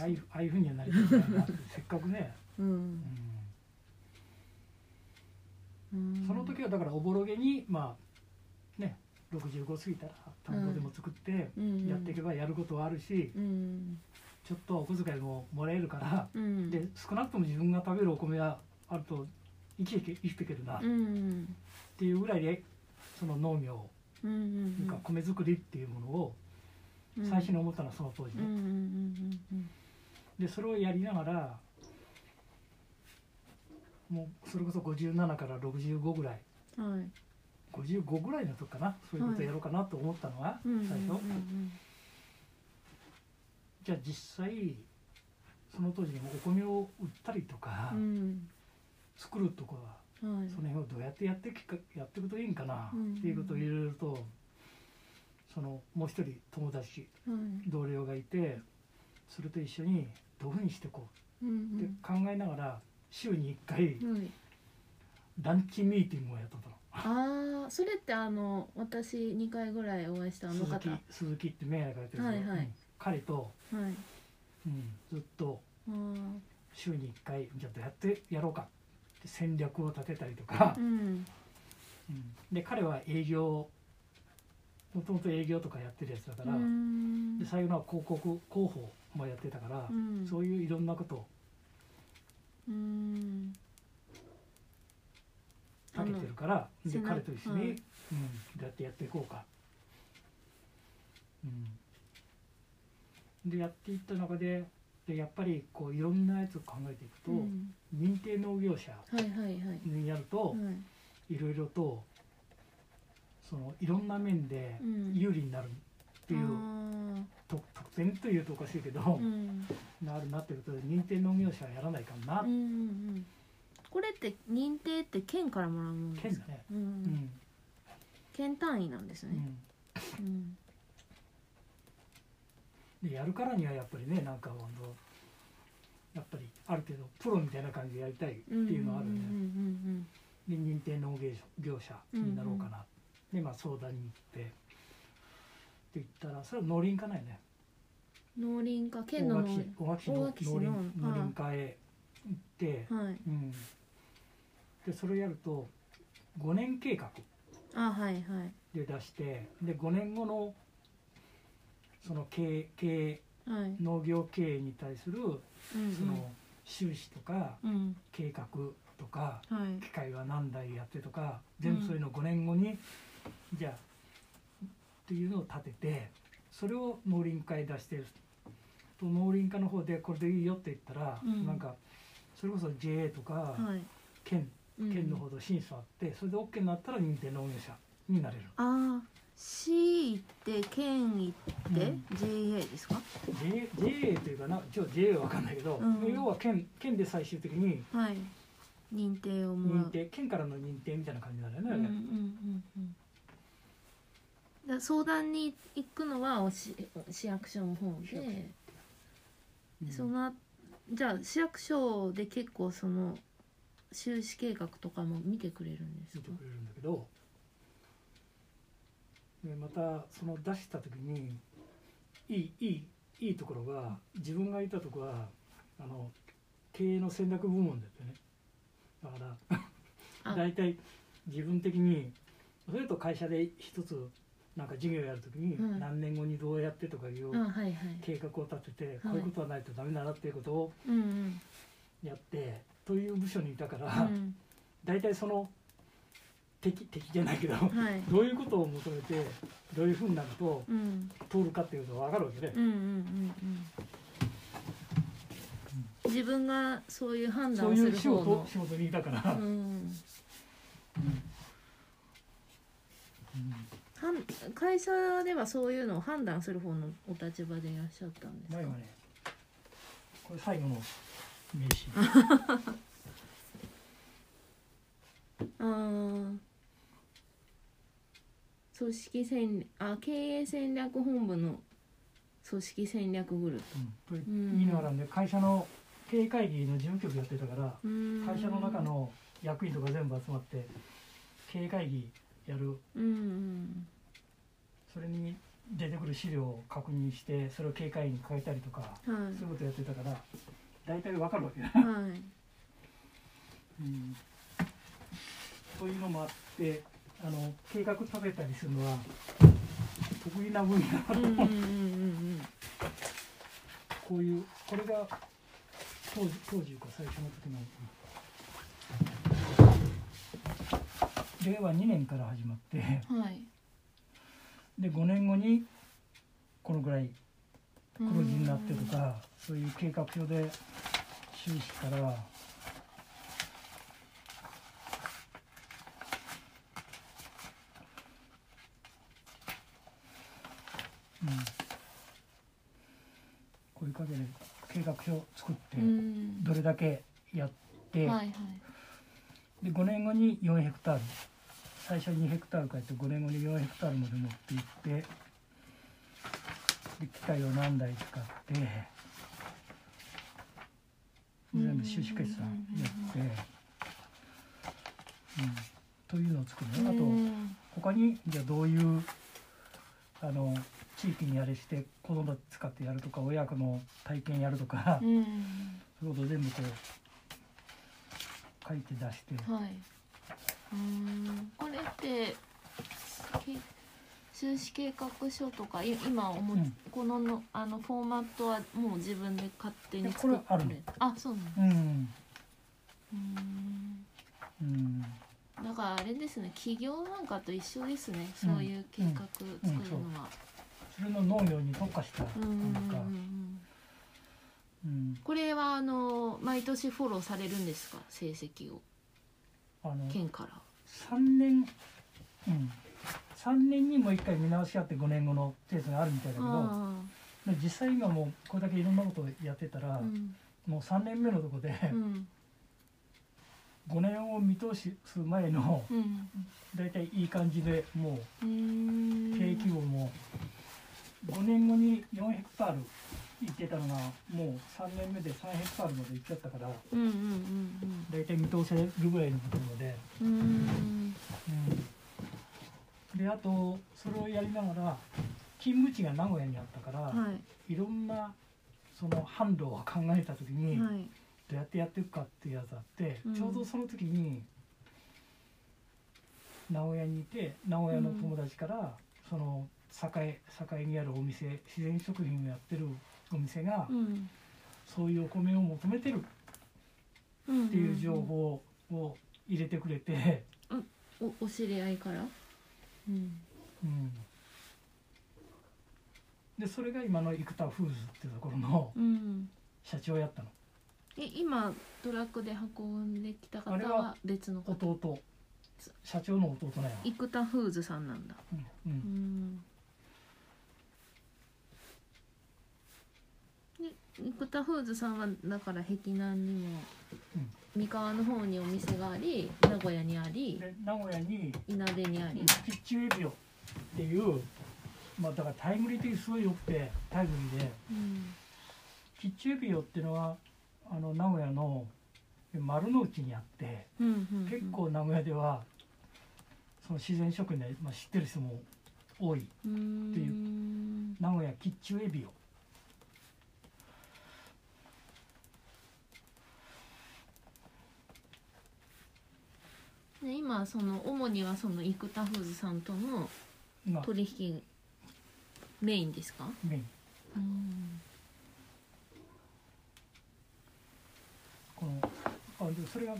Speaker 1: ああいうああいうふうにはなりたくないなって せっかくね、
Speaker 2: う
Speaker 1: うん
Speaker 2: ん、うん、
Speaker 1: その時はだからおぼろげにまあね65過ぎたら田んぼでも作って
Speaker 2: うん
Speaker 1: やっていけばやることはあるし、
Speaker 2: うん
Speaker 1: ちょっとお小遣いももらえるから、
Speaker 2: うん
Speaker 1: で少なくとも自分が食べるお米はあると生きていけ生きていけるなっ
Speaker 2: うん
Speaker 1: ていうぐらいでその農業
Speaker 2: うんう
Speaker 1: というか
Speaker 2: ん
Speaker 1: 米作りっていうものを
Speaker 2: うん
Speaker 1: 最初に思ったのはその当時
Speaker 2: うんう
Speaker 1: ね。
Speaker 2: んうん
Speaker 1: でそれをやりながらもうそれこそ57から65ぐらい
Speaker 2: うんうんはい
Speaker 1: 55ぐらいの時かなそういうことやろうかなと思ったのは
Speaker 2: うんうん
Speaker 1: 最初、
Speaker 2: うん
Speaker 1: じゃあ実際その当時にもお米を売ったりとか、
Speaker 2: うん
Speaker 1: 作るとかは
Speaker 2: うんはい
Speaker 1: その辺をどうやってやっていくかやっていくといいんかな
Speaker 2: うん
Speaker 1: っていうことをいろいろとそのもう一人友達
Speaker 2: はい
Speaker 1: 同僚がいてそれと一緒にどういうふうにしてこ
Speaker 2: うん
Speaker 1: うって考えながら週に1回
Speaker 2: うんはい
Speaker 1: ランチミーティングをやったと
Speaker 2: ああそれってあの私2回ぐらいお会いしたあの
Speaker 1: 鈴
Speaker 2: 方
Speaker 1: 木
Speaker 2: は
Speaker 1: 鈴木って名画描いてる人、
Speaker 2: はいはい
Speaker 1: うん彼と、
Speaker 2: い
Speaker 1: うん、ずっと
Speaker 2: あー
Speaker 1: 週に1回じゃあどうやってやろうかって戦略を立てたりとか
Speaker 2: う、ん
Speaker 1: うんで彼は営業もともと営業とかやってるやつだか
Speaker 2: う
Speaker 1: ら、
Speaker 2: ん
Speaker 1: で最後のは広告広報もやってたから、
Speaker 2: うん
Speaker 1: そういういろんなことを
Speaker 2: うん
Speaker 1: かけてるから
Speaker 2: あの
Speaker 1: で
Speaker 2: 背中
Speaker 1: 彼と一緒に、
Speaker 2: はい
Speaker 1: うん、どうやってやっていこうか、うん、でやっていった中ででやっぱりこういろんなやつを考えていくと、
Speaker 2: うん
Speaker 1: 認定農業者
Speaker 2: はいはいはい
Speaker 1: になると、
Speaker 2: はい
Speaker 1: ろいろとそのいろんな面で
Speaker 2: うん
Speaker 1: 有利になるっていう、
Speaker 2: あ
Speaker 1: と特典というとおかしいけど、
Speaker 2: ーうん
Speaker 1: なるなってことで認定農業者はやらないかな、
Speaker 2: うんうんうんこれって認定って県からもらうもんで
Speaker 1: 県
Speaker 2: す
Speaker 1: だ
Speaker 2: か
Speaker 1: ね、
Speaker 2: うん
Speaker 1: う
Speaker 2: うん
Speaker 1: ん
Speaker 2: 県単位なんですねうん
Speaker 1: うんでやるからにはやっぱりねなんかあのやっぱりある程度プロみたいな感じでやりたいっていうのはあるね、
Speaker 2: うんうん
Speaker 1: で認定農業業者になろうかな、でまあ相談に行ってって言ったらそれは農林課ないね
Speaker 2: うんうん農林課
Speaker 1: 大
Speaker 2: 県の農
Speaker 1: 垣市大垣市の
Speaker 2: 大垣市の
Speaker 1: 農林
Speaker 2: ああ
Speaker 1: 農林課へ行って、
Speaker 2: はい
Speaker 1: うん、でそれをやると5年計画
Speaker 2: あはいはい
Speaker 1: で出してで5年後のその経営経営
Speaker 2: はい
Speaker 1: 農業経営に対する
Speaker 2: うんうん
Speaker 1: その収支とか
Speaker 2: うん
Speaker 1: 計画とか
Speaker 2: はい
Speaker 1: 機械は何台やってとか全部そういうのを5年後にじゃあっていうのを立ててそれを農林会出してると農林課の方でこれでいいよって言ったら、
Speaker 2: うん
Speaker 1: なんかそれこそ JA とか
Speaker 2: はい
Speaker 1: 県,、
Speaker 2: うん
Speaker 1: 県の方で審査あってそれで OK になったら認定農業者になれる。
Speaker 2: ああ市行って県行って
Speaker 1: うん
Speaker 2: JA ですか
Speaker 1: J- JA というかなちょ JA は分かんないけど、
Speaker 2: うん
Speaker 1: 要は県県で最終的に
Speaker 2: はい認定をもら
Speaker 1: 認
Speaker 2: う
Speaker 1: 定県からの認定みたいな感じなんだよね
Speaker 2: う
Speaker 1: あ
Speaker 2: ん
Speaker 1: れ、
Speaker 2: うんうんうんだ相談に行くのはおし市役所の方
Speaker 1: 市役
Speaker 2: で、
Speaker 1: うん
Speaker 2: そのあじゃあ市役所で結構その収支計画とかも見てくれるんです
Speaker 1: 見て
Speaker 2: か
Speaker 1: くれるんだけどでまたその出した時にいいいいいいところが自分がいたとこはあの経営の戦略部門だったよねだから
Speaker 2: あ
Speaker 1: 大体自分的にそれと会社で一つなんか事業やるときに
Speaker 2: うん
Speaker 1: 何年後にどうやってとかいう
Speaker 2: あはいはい
Speaker 1: 計画を立ててこういうことはないとダメだなっていうことを
Speaker 2: うんうん
Speaker 1: やってという部署にいたか
Speaker 2: う
Speaker 1: ら
Speaker 2: ん
Speaker 1: 大体その敵敵じゃないけど
Speaker 2: はい
Speaker 1: どういうことを求めてどういうふうになると
Speaker 2: うん
Speaker 1: 通るかっていうのが分かるわけで
Speaker 2: うんうんうんうん自分がそういう判
Speaker 1: そ
Speaker 2: 断
Speaker 1: う
Speaker 2: を
Speaker 1: い
Speaker 2: す
Speaker 1: う
Speaker 2: る
Speaker 1: 仕
Speaker 2: 方
Speaker 1: 事
Speaker 2: の
Speaker 1: 仕事にいたか
Speaker 2: う
Speaker 1: ら、
Speaker 2: んはん会社ではそういうのを判断する方のお立場でいらっしゃったんですか
Speaker 1: 前はねこれ最後の名刺
Speaker 2: あー組織戦あ経営戦略本部の組織戦略グループ
Speaker 1: と言いながらね会社の経営会議の事務局やってたから
Speaker 2: うーん
Speaker 1: 会社の中の役員とか全部集まって経営会議やる
Speaker 2: うんうん
Speaker 1: それに出てくる資料を確認してそれを警戒に変えたりとか
Speaker 2: は
Speaker 1: そういうことやってたから大体わかるわけだ、
Speaker 2: いはい
Speaker 1: そういうのもあってあの計画立てたりするのは得意な分野
Speaker 2: うんうんうんうん
Speaker 1: こういうこれが当時当時か最初の時の令和2年から始まって
Speaker 2: うんはい
Speaker 1: で5年後にこのぐらい黒字になってと
Speaker 2: う
Speaker 1: かそういう計画表で収支からうんこういう陰で計画表作って
Speaker 2: ーん
Speaker 1: どれだけやって、
Speaker 2: はいはい
Speaker 1: で5年後に4ヘクタール最初に2ヘクタール買って5年後に4ヘクタールまで持っていってで機械を何台使って全部収支決算やって、うん、というのを作る、あ
Speaker 2: う
Speaker 1: と
Speaker 2: ん
Speaker 1: 他にじゃあどういうあの地域にあれして子供使ってやるとか親子の体験やるとか、
Speaker 2: うん
Speaker 1: そういうことを全部こう書いて出して、
Speaker 2: はい。うんこれってけ収支計画書とかい今思っ
Speaker 1: うん
Speaker 2: こののあのフォーマットはもう自分で勝手に作
Speaker 1: いやこれあるの
Speaker 2: れあそうなの。
Speaker 1: うん
Speaker 2: うん
Speaker 1: うん
Speaker 2: だからあれですね起業なんかと一緒ですね、そういう計画作るのは。
Speaker 1: それの農業に特化したなん
Speaker 2: うん
Speaker 1: か、
Speaker 2: うんうんうん
Speaker 1: うん、
Speaker 2: これはあの毎年フォローされるんですか成績を
Speaker 1: あの
Speaker 2: 県から。
Speaker 1: 3年うん3年にもう1回見直しがあって5年後のペースがあるみたいだけど
Speaker 2: あ
Speaker 1: で実際今もうこれだけいろんなことをやってた
Speaker 2: あ
Speaker 1: ら、
Speaker 2: うん
Speaker 1: もう3年目のとこで
Speaker 2: うん
Speaker 1: 5年を見通しする前の
Speaker 2: うん
Speaker 1: 大体いい感じでも
Speaker 2: う
Speaker 1: うん経営規模も5年後に4ヘクタールいってたのがもう3年目で3ヘクタールまでいっちゃったから
Speaker 2: うんうんうん
Speaker 1: 大体見通せるぐらいのことなので。
Speaker 2: うんうん
Speaker 1: うんであとそれをやりながら勤務地が名古屋にあったから、、
Speaker 2: はい
Speaker 1: ろんなその販路を考えた時
Speaker 2: い
Speaker 1: にど
Speaker 2: はい。
Speaker 1: うやってやっていくかっていうやつあって、
Speaker 2: うん
Speaker 1: ちょうどその時に名古屋にいて名古屋の友達から、その栄栄にあるお店自然食品をやってるお店が、
Speaker 2: うん
Speaker 1: そういうお米を求めてる
Speaker 2: うん
Speaker 1: っていう情報を入れてくれて。
Speaker 2: おお知り合いから。うん
Speaker 1: うんでそれが今の生田フーズっていうところの
Speaker 2: うん。
Speaker 1: 社長やったの
Speaker 2: え今トラックで運んできた方
Speaker 1: あれ
Speaker 2: は
Speaker 1: は
Speaker 2: 別の方。
Speaker 1: 弟社長の弟なんや、
Speaker 2: 生田フーズさんなんだ。
Speaker 1: うんう
Speaker 2: うんん。で生田フーズさんはだから碧南にも
Speaker 1: うん
Speaker 2: 三河の方にお店があり名古屋にあり
Speaker 1: で名古屋に
Speaker 2: いなべにあり。
Speaker 1: ピッチウェビオっていうまあだからタイムリー的にすごい良くてタイムリーで
Speaker 2: うん
Speaker 1: ピッチウェビオっていうのはあの名古屋の丸の内にあって
Speaker 2: うんうんうん
Speaker 1: 結構名古屋ではその自然食品で、まあ、知ってる人も多い
Speaker 2: って
Speaker 1: ていう名古屋キッチュエビオ
Speaker 2: で今その主にはその生田フーズさんとの
Speaker 1: が
Speaker 2: 取引メインですか、
Speaker 1: メイン
Speaker 2: うん、
Speaker 1: このあでそれが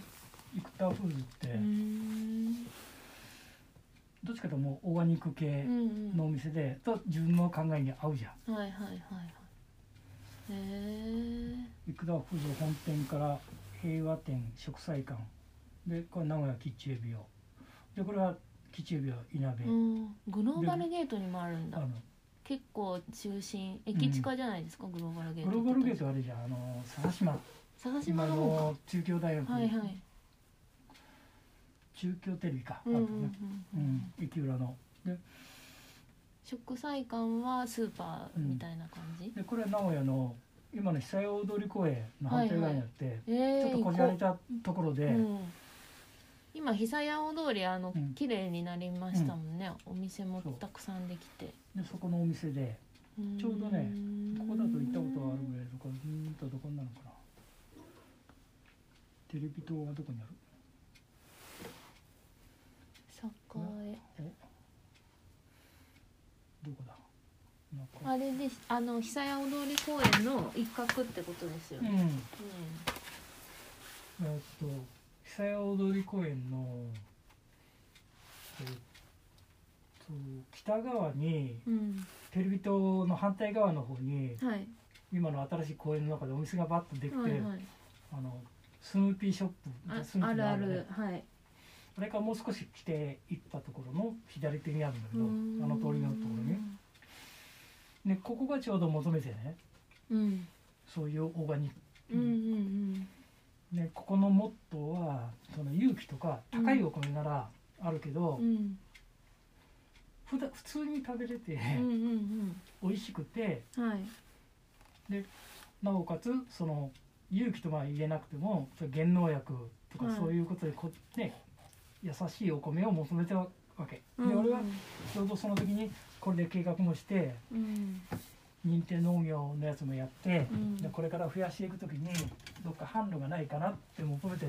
Speaker 1: 生田フーズって、
Speaker 2: うん
Speaker 1: どっちかというともうオーガニック
Speaker 2: う
Speaker 1: 系
Speaker 2: ん
Speaker 1: のお店で、と自分の考えに合うじゃん
Speaker 2: はいはいはいはいへえ
Speaker 1: 生田フーズ本店から平和店食菜館でこれ名古屋キッチンエビオでこれはキッチンエビオいなべ、
Speaker 2: うんグローバルゲートにもあるん
Speaker 1: あ
Speaker 2: だ
Speaker 1: の
Speaker 2: 結構中心駅近じゃないですか、グローバルゲート
Speaker 1: グローバルゲー
Speaker 2: ト
Speaker 1: トあれじゃんあの佐島
Speaker 2: 探し
Speaker 1: 今
Speaker 2: 物の方
Speaker 1: の中京大学、
Speaker 2: かはいはい
Speaker 1: 中京テレビか、
Speaker 2: うんう
Speaker 1: あ
Speaker 2: ん
Speaker 1: るね
Speaker 2: うん、
Speaker 1: うん、駅裏の
Speaker 2: 食菜館はスーパーみたいな感じ、
Speaker 1: でこれは名古屋の今の久屋大通公園の反対側にあって、
Speaker 2: え
Speaker 1: ちょ
Speaker 2: え
Speaker 1: っとこじられたところで、
Speaker 2: うん、今久屋大通りあの、
Speaker 1: うん
Speaker 2: 綺麗になりましたもんね、お店もたくさんできて
Speaker 1: でそこのお店でちょうどねここだと行ったことはあるぐ
Speaker 2: い
Speaker 1: らいとかうーんとどこになるのかなテレビ塔はどこにある
Speaker 2: 栄
Speaker 1: どこだなんか
Speaker 2: あれですあの久屋大通り公園の一角ってことですよ
Speaker 1: うん
Speaker 2: ね、
Speaker 1: えーっと久屋大通公園のえーっと北側に
Speaker 2: うん、
Speaker 1: テレビ塔の反対側の方に
Speaker 2: うん、はい
Speaker 1: 今の新しい公園の中でお店がバッとできて、
Speaker 2: はいはい
Speaker 1: あのスヌーピーショップスヌ
Speaker 2: あ
Speaker 1: ーピー
Speaker 2: ある
Speaker 1: の
Speaker 2: あ
Speaker 1: ね
Speaker 2: るはい
Speaker 1: あれからもう少し来ていったところの左手にあるんだけど
Speaker 2: うん
Speaker 1: あの通りのところにでここがちょうど求めてね
Speaker 2: うん
Speaker 1: そういうオーガニック
Speaker 2: うんうん
Speaker 1: でここのモットーはその勇気とか
Speaker 2: うん
Speaker 1: 高いお米ならあるけど、
Speaker 2: うんうん
Speaker 1: 普段普通に食べれて、
Speaker 2: うんうん
Speaker 1: 美味しくて
Speaker 2: うんはい
Speaker 1: なおかつその勇気とまあ言えなくてもそれ原農薬とか
Speaker 2: はい
Speaker 1: そういうことでこ、ね、優しいお米を求めてたわけ、
Speaker 2: うん
Speaker 1: で俺はちょうどその時にこれで計画もして
Speaker 2: うん
Speaker 1: 認定農業のやつもやって、
Speaker 2: うん
Speaker 1: でこれから増やしていく時にどっか販路がないかなって求めて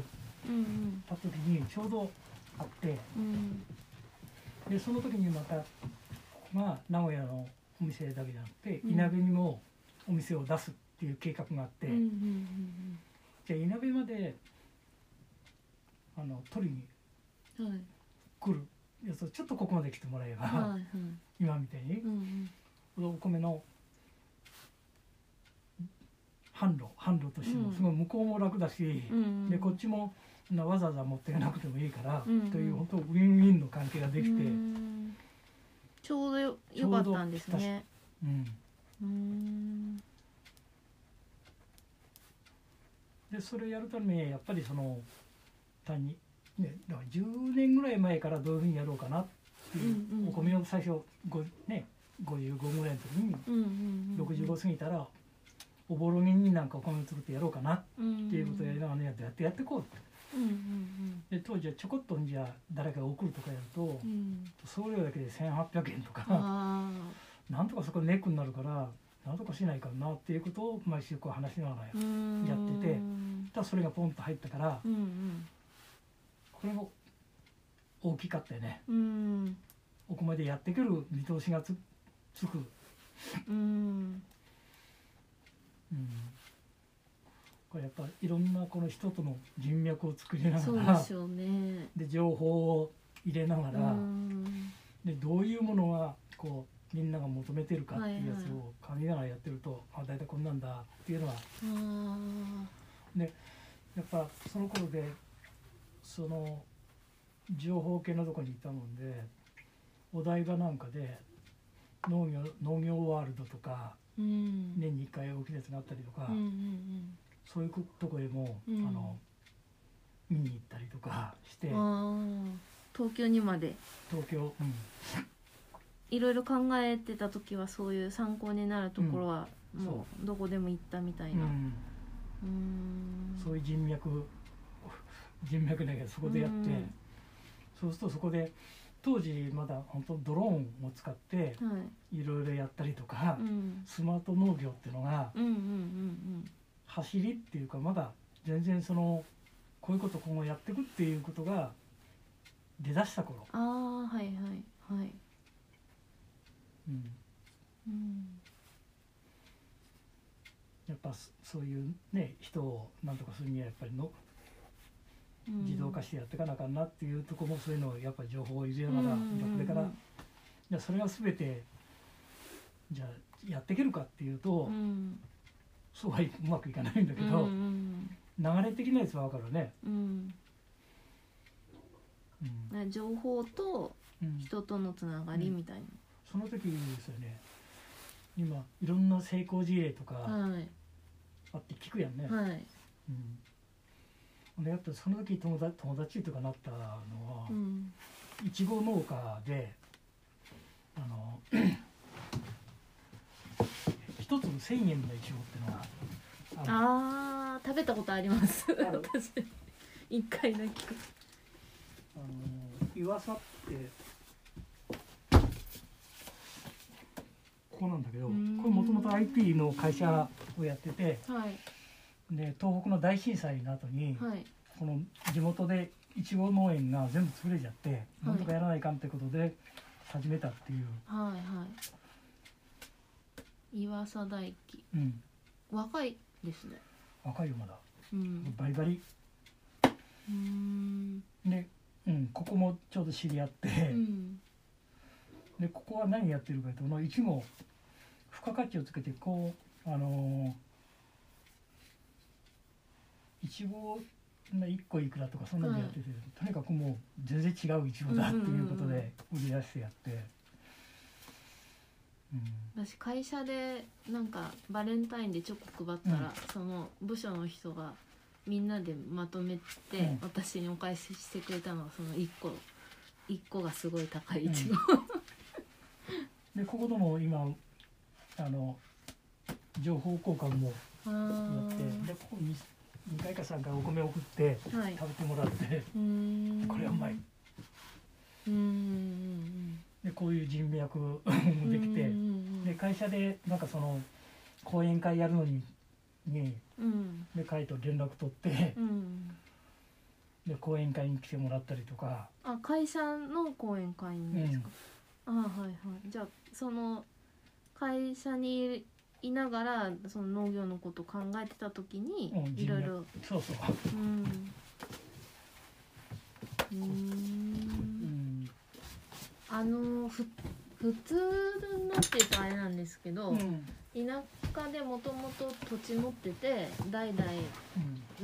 Speaker 2: うん
Speaker 1: た時にちょうどあって
Speaker 2: うん
Speaker 1: でその時にまたまあ名古屋のお店だけじゃなくて
Speaker 2: うん
Speaker 1: いなべにもお店を出すっていう計画があって、
Speaker 2: うんうんうん
Speaker 1: じゃあいなべまであの取りに
Speaker 2: うんはい
Speaker 1: 来るやつをちょっとここまで来てもらえば、
Speaker 2: はいはい
Speaker 1: 今みたいに
Speaker 2: うんうん
Speaker 1: お米の販路販路としても
Speaker 2: うん
Speaker 1: すごい向こうも楽だし、
Speaker 2: うんうん
Speaker 1: でこっちもそんなわざわざ持っていかなくてもいいから、
Speaker 2: うん
Speaker 1: という本当ウィンウィンの関係ができて、
Speaker 2: う
Speaker 1: うん
Speaker 2: んちょうどよよかったんです
Speaker 1: ちょうど
Speaker 2: ねうん
Speaker 1: でそれをやるためにやっぱりその単に、ね、だから10年ぐらい前からどういうふうにやろうかなっていう、
Speaker 2: うんうん
Speaker 1: お米を最初、ごね、55ぐらいの時に
Speaker 2: うんうんうん
Speaker 1: 65過ぎたらおぼろげになんかお米を作ってやろうかなっ
Speaker 2: って
Speaker 1: いうことをやりながらねやってやってやってこうって
Speaker 2: うんうん
Speaker 1: で当時はちょこっとじゃあ誰かが送るとかやると
Speaker 2: うんうん
Speaker 1: 送料だけで1800円とか
Speaker 2: あ
Speaker 1: なんとかそこネックになるからなんとかしないかなっていうことを毎週こう話しながらやっ
Speaker 2: ーうん
Speaker 1: やっててたらそれがポンと入ったから
Speaker 2: うん
Speaker 1: これも大きかったよね
Speaker 2: うんうん
Speaker 1: お米でやってくる見通しがつつく、
Speaker 2: うん
Speaker 1: うん、これやっぱいろんなこの人との人脈を作りな
Speaker 2: そう
Speaker 1: が
Speaker 2: で
Speaker 1: ら
Speaker 2: しょうね
Speaker 1: で情報を入れなが
Speaker 2: う
Speaker 1: ら、
Speaker 2: ん
Speaker 1: でどういうものがこうみんなが求めてるかっていうやつ
Speaker 2: はい
Speaker 1: を考えながらやってると、あ大体こんなんだっていうのは
Speaker 2: あー
Speaker 1: やっぱその頃でその情報系のとこにいたもんでお台場なんかで農業農業ワールドとか
Speaker 2: うん
Speaker 1: 年に1回大きなやつがあったりとか、
Speaker 2: うんうん
Speaker 1: そういうことこへも、
Speaker 2: うん
Speaker 1: あの見に行ったりとかして
Speaker 2: うんあー東京にまで
Speaker 1: 東京、うん
Speaker 2: いろいろ考えてた時はそういう参考になるところは
Speaker 1: うん
Speaker 2: もうどこでも行ったみたいうなうんーん
Speaker 1: そういう人脈人脈だけどそこでやって、
Speaker 2: うん
Speaker 1: そうするとそこで当時まだ本当ドローンを使って
Speaker 2: はい
Speaker 1: いろいろやったりとか、
Speaker 2: うん
Speaker 1: スマート農業っていうのが
Speaker 2: うんうんうん
Speaker 1: 走りっていうかまだ全然そのこういうこと今後やっていくっていうことが出だした頃、
Speaker 2: うんああはいはいはい
Speaker 1: うん、
Speaker 2: うん
Speaker 1: やっぱそそういうね人をなんとかするにはやっぱりの
Speaker 2: うん
Speaker 1: 自動化してやっていかなあかんなっていうとこもそういうのをやっぱ情報を入れながら、
Speaker 2: うん
Speaker 1: じゃあこれからじゃあそれが全てじゃあやっていけるかっていうと、
Speaker 2: うん
Speaker 1: そうはいうまくいかないんだけど、
Speaker 2: うん
Speaker 1: 流れ的なやつは分かるね。
Speaker 2: うん
Speaker 1: うん
Speaker 2: うん、情報と
Speaker 1: うん
Speaker 2: 人とのつながりみたい
Speaker 1: その時ですよね今いろんな成功事例と
Speaker 2: な、
Speaker 1: か
Speaker 2: はい
Speaker 1: あって聞くやんね。
Speaker 2: はい、
Speaker 1: うん、でやっぱその時友達友達とかなったのは
Speaker 2: う、ん、
Speaker 1: いちご農家であの 一つ1,000円のいちごってのがあの
Speaker 2: あー食べたことあります
Speaker 1: る
Speaker 2: 私一回だけ
Speaker 1: あの岩佐ってここなんだけど
Speaker 2: う
Speaker 1: こ
Speaker 2: ーん
Speaker 1: れもともと IT の会社をやってて
Speaker 2: はい
Speaker 1: で東北の大震災の後に、
Speaker 2: はい
Speaker 1: この地元でいちご農園が全部潰れちゃって、なんとかやらないかんってことで始めたっていう、
Speaker 2: はいはい岩佐大輝
Speaker 1: うん、
Speaker 2: 若いですね
Speaker 1: 若いよまだ
Speaker 2: うん
Speaker 1: バリバリ
Speaker 2: うーん
Speaker 1: で、うん、ここもちょうど知り合って、
Speaker 2: うん
Speaker 1: でここは何やってるかというとこのいちご付加価値をつけてこうあのーいちごの1個いくらとかそんなのやってて、とにかくもう全然違ういちごだっていうことで売り出してやって、うん、
Speaker 2: 私会社でなんかバレンタインでチョコ配ったら、
Speaker 1: うん
Speaker 2: その部署の人がみんなでまとめて
Speaker 1: うん
Speaker 2: 私にお返ししてくれたのはその1個1個がすごい高い いちご、
Speaker 1: でここでも今あの情報交換も
Speaker 2: あ
Speaker 1: やって
Speaker 2: ー
Speaker 1: でここに2回か3回お米送って
Speaker 2: はい
Speaker 1: 食べてもらって
Speaker 2: うーん
Speaker 1: これはうまいう
Speaker 2: ーん
Speaker 1: でこういう人脈も
Speaker 2: うんうん
Speaker 1: でき
Speaker 2: う
Speaker 1: て
Speaker 2: んうん
Speaker 1: で会社でなんかその講演会やるのにに
Speaker 2: うん
Speaker 1: で会と連絡取って
Speaker 2: うん
Speaker 1: で講演会に来てもらったりとか
Speaker 2: あ会社の講演会にですか、あはいはいじゃあその会社にいながらその農業のことを考えてた時に
Speaker 1: うん
Speaker 2: いろいろ
Speaker 1: そうそう、
Speaker 2: うんうー
Speaker 1: うんん
Speaker 2: あのふ普通のっていうとあれなんですけど、
Speaker 1: うん
Speaker 2: 田舎でもともと土地持ってて代々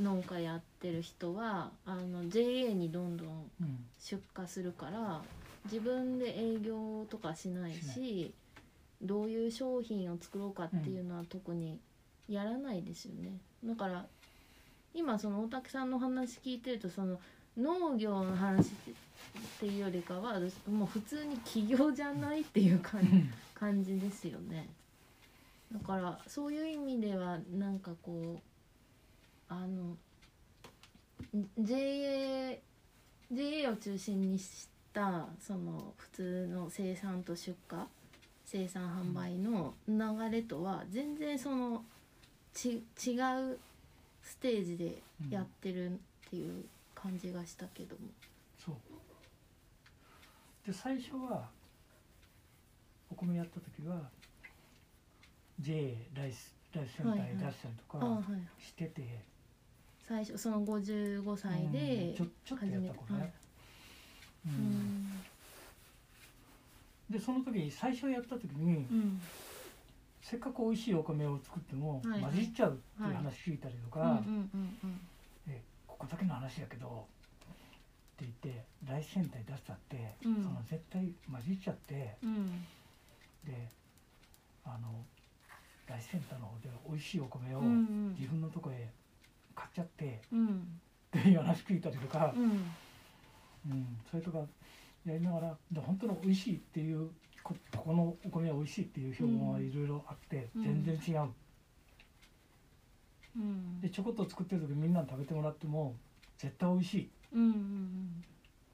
Speaker 1: うん
Speaker 2: 農家やってる人はあの JA にどんどん
Speaker 1: うん
Speaker 2: 出荷するから自分で営業とかしないし
Speaker 1: し
Speaker 2: どういう商品を作ろうかっていうのは特にやらないですよね、だから今その大竹さんの話聞いてるとその農業の話っていうよりかはもう普通に起業じゃないっていう感
Speaker 1: う
Speaker 2: じ
Speaker 1: ん
Speaker 2: 感じですよねだからそういう意味ではなんかこうあのん JA, JA を中心にしたその普通の生産と出荷生産販売の流れとは全然そのち違うステージでやってるっていう感じがしたけども。
Speaker 1: そうで最初はお米やった時は JA ライスライスセンターへ出したりと
Speaker 2: あ
Speaker 1: か
Speaker 2: はい、
Speaker 1: してて、
Speaker 2: 最初その55歳
Speaker 1: うん
Speaker 2: で
Speaker 1: ちょちょっとやった頃
Speaker 2: 始めたは
Speaker 1: ね
Speaker 2: い、
Speaker 1: うん
Speaker 2: うん
Speaker 1: でその時最初やった時に、
Speaker 2: うん
Speaker 1: せっかく美味しいお米を作っても
Speaker 2: はい
Speaker 1: 混じっちゃうっていう話聞いたりとか、
Speaker 2: うんうんうんうん
Speaker 1: えここだけの話やけどって言ってライスセンターへ出したって、
Speaker 2: うん
Speaker 1: その絶対混じっちゃって。
Speaker 2: うん
Speaker 1: であのライスセンターの方で美味しいお米を
Speaker 2: うん
Speaker 1: 自分のとこへ買っちゃって、
Speaker 2: うん
Speaker 1: っていう話聞いたりとか、
Speaker 2: うん
Speaker 1: うん、それとかやりながらで本当に美味しいっていうこここのお米は美味しいっていう評判はいろいろあって、
Speaker 2: うん
Speaker 1: 全然違う
Speaker 2: うん
Speaker 1: でちょこっと作ってる時みんなに食べてもらっても絶対美味しい
Speaker 2: うんうん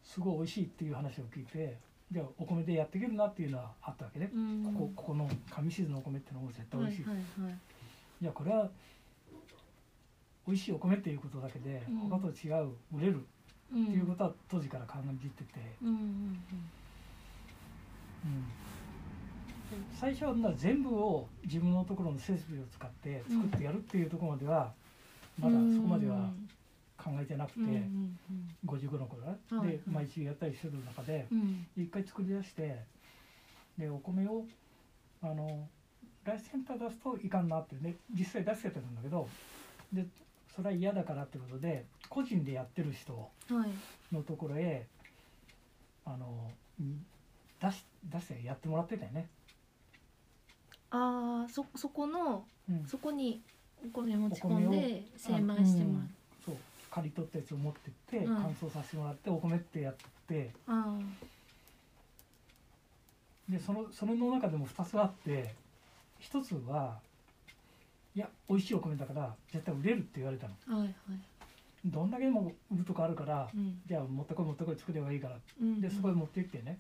Speaker 1: すごい美味しいっていう話を聞いてじゃあお米でやっていけるなっていうのはあったわけね、
Speaker 2: うん
Speaker 1: ここここの上静のお米ってのも絶対美
Speaker 2: は
Speaker 1: 味
Speaker 2: いはい
Speaker 1: しい
Speaker 2: はい
Speaker 1: いやこれは美味しいお米っていうことだけで
Speaker 2: うん
Speaker 1: 他と違う売れる
Speaker 2: う
Speaker 1: っ
Speaker 2: ん
Speaker 1: ていうことは当時から考えてて、
Speaker 2: うんうん
Speaker 1: うん最初はな全部を自分のところの設備を使って作ってやるっていうところまではま
Speaker 2: うん
Speaker 1: だそこまでは考えてなくて
Speaker 2: うんうん
Speaker 1: 55の頃ね
Speaker 2: はいはい
Speaker 1: で毎週やったりしてる中で
Speaker 2: うんうん
Speaker 1: 一回作り出してでお米をあのライスセンター出すといかんなってね実際出してたんだけどでそれは嫌だからってことで個人でやってる人
Speaker 2: はい
Speaker 1: のところへあのん出し出してやってもらってたよね、
Speaker 2: ああそそこの
Speaker 1: うん、
Speaker 2: そこにお米持ち込んで精米してもらう
Speaker 1: そう刈り取ったやつを持ってって
Speaker 2: うん
Speaker 1: 乾燥させてもらってお米ってやって
Speaker 2: あ
Speaker 1: でそのそれの中でも2つあって1つはいや美味しいお米だから絶対売れるって言われたの
Speaker 2: あはいはい
Speaker 1: どんだけでも売るとこあるから
Speaker 2: うん
Speaker 1: じゃあ持ってこい持ってこい作ればいいから
Speaker 2: うん
Speaker 1: でそこへ持って行ってね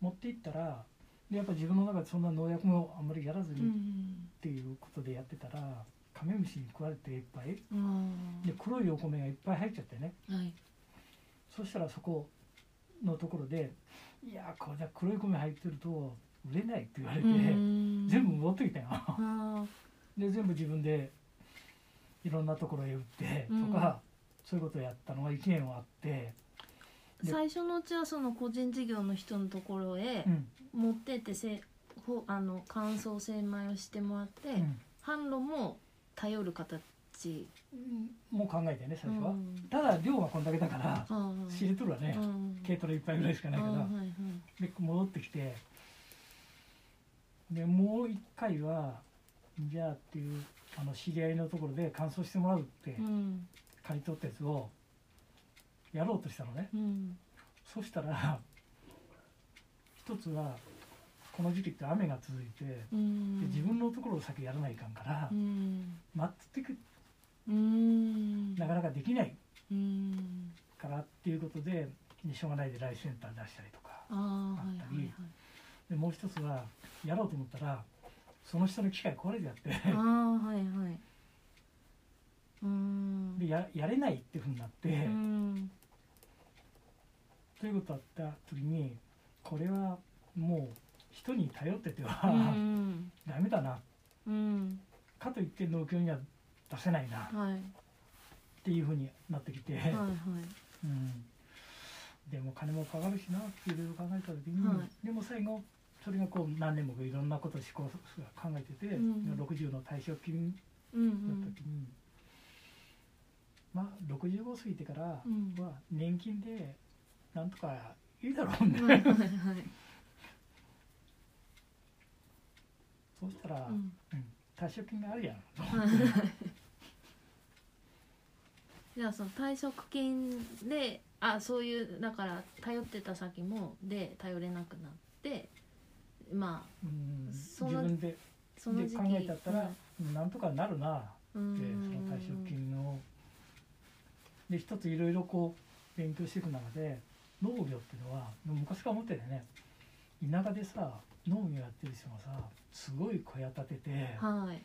Speaker 1: 持って行ったらでやっぱ自分の中でそんな農薬もあんまりやらず
Speaker 2: う
Speaker 1: にっ
Speaker 2: ん
Speaker 1: ていうことでやってたらカメムシに食われていっぱい
Speaker 2: うん
Speaker 1: で黒いお米がいっぱい入っちゃってね
Speaker 2: ああはい
Speaker 1: そしたらそこのところで「いやーこれじゃ黒い米入ってると売れない」って言われて、
Speaker 2: うん
Speaker 1: 全部戻ってきたよ
Speaker 2: あ
Speaker 1: で全部自分でいろんなところへ売って
Speaker 2: うん
Speaker 1: とか、そういうことをやったのが1年はあって、
Speaker 2: ー最初のうちはその個人事業の人のところへ
Speaker 1: うん
Speaker 2: 持ってってせほあの乾燥精米をしてもらって、
Speaker 1: うん
Speaker 2: 販路も頼る形
Speaker 1: もう考えてね最初は、
Speaker 2: うん
Speaker 1: ただ量はこんだけだから
Speaker 2: ああ
Speaker 1: 知れとるわね、
Speaker 2: うん
Speaker 1: 軽トラ一杯ぐらいしかないから、
Speaker 2: ああはいはい
Speaker 1: で戻ってきてでもう一回はじゃあっていうあの知り合いのところで乾燥してもらうって
Speaker 2: うん
Speaker 1: 借り取ったやつをやろうとしたのね
Speaker 2: うん
Speaker 1: そしたら一つはこの時期って雨が続いて、
Speaker 2: うん
Speaker 1: で自分のところを先やらないかんから、
Speaker 2: うん
Speaker 1: 待ってく
Speaker 2: うん
Speaker 1: なかなかできない
Speaker 2: うん
Speaker 1: からっていうことででしょうがないでライスセンター出したりとか
Speaker 2: ああは
Speaker 1: あ
Speaker 2: い
Speaker 1: った
Speaker 2: は
Speaker 1: り
Speaker 2: いはい
Speaker 1: でもう一つはやろうと思ったらその人の機械壊れちゃって
Speaker 2: ああはいはいうん
Speaker 1: でややれないっていうふうになって、
Speaker 2: うん
Speaker 1: ということあった時にこれはもう人に頼ってて
Speaker 2: う
Speaker 1: は
Speaker 2: ん
Speaker 1: ダメだな
Speaker 2: うん
Speaker 1: かといって農協には出せないな
Speaker 2: はい
Speaker 1: っていうふうになってきて、
Speaker 2: はいはい
Speaker 1: うん、でも金もかかるしなっていろいろ考えた時に、
Speaker 2: は
Speaker 1: でも最後それがこう何年もいろんなことを試行錯誤考えてて、
Speaker 2: うん
Speaker 1: 60の退職金
Speaker 2: うんう
Speaker 1: だった
Speaker 2: ん
Speaker 1: 時に、まあ65過ぎてからは
Speaker 2: うん
Speaker 1: 年金でなんとかいいだろうね、
Speaker 2: はいはいはい
Speaker 1: そうしたら、
Speaker 2: うん
Speaker 1: うん退職金があるやん
Speaker 2: じゃあその退職金であそういうだから頼ってた先もで頼れなくなってまあ
Speaker 1: うん自
Speaker 2: その
Speaker 1: 分で
Speaker 2: その時
Speaker 1: で
Speaker 2: 期
Speaker 1: 考えちゃったら、なんとかなるな
Speaker 2: う
Speaker 1: って
Speaker 2: ん
Speaker 1: その退職金をで一ついろいろこう勉強していく中で農業っていうのはもう昔から思ってるよね田舎でさ農業やってる人がさすごい小屋建てて
Speaker 2: はい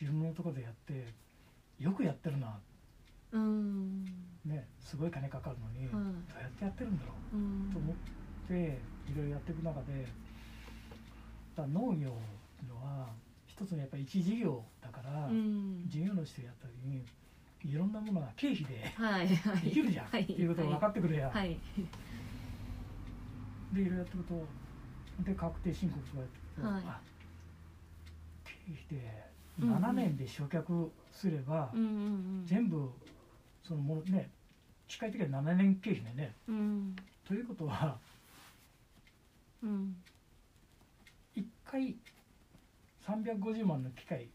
Speaker 1: 自分のところでやってよくやってるな
Speaker 2: うん
Speaker 1: ねすごい金かかるのに、
Speaker 2: はい
Speaker 1: どうやってやってるんだろ
Speaker 2: う
Speaker 1: うと思
Speaker 2: ん
Speaker 1: っていろいろやっていく中でだから農業っていうのは一つのやっぱ一事業だから、
Speaker 2: うん
Speaker 1: 事業の人やった時にいろんなものが経費で
Speaker 2: はいはい
Speaker 1: できるじゃん、
Speaker 2: はい
Speaker 1: っていうことが分かってくるやん、
Speaker 2: はい
Speaker 1: でいろいろやってるとで確定申告とかやってくと、
Speaker 2: はい
Speaker 1: あ経費で
Speaker 2: うんうん
Speaker 1: 7年で焼却すれば、
Speaker 2: うんうん
Speaker 1: 全部そのものね機械的には7年経費だよね
Speaker 2: うんうん
Speaker 1: ということは
Speaker 2: うん
Speaker 1: 1回350万の機械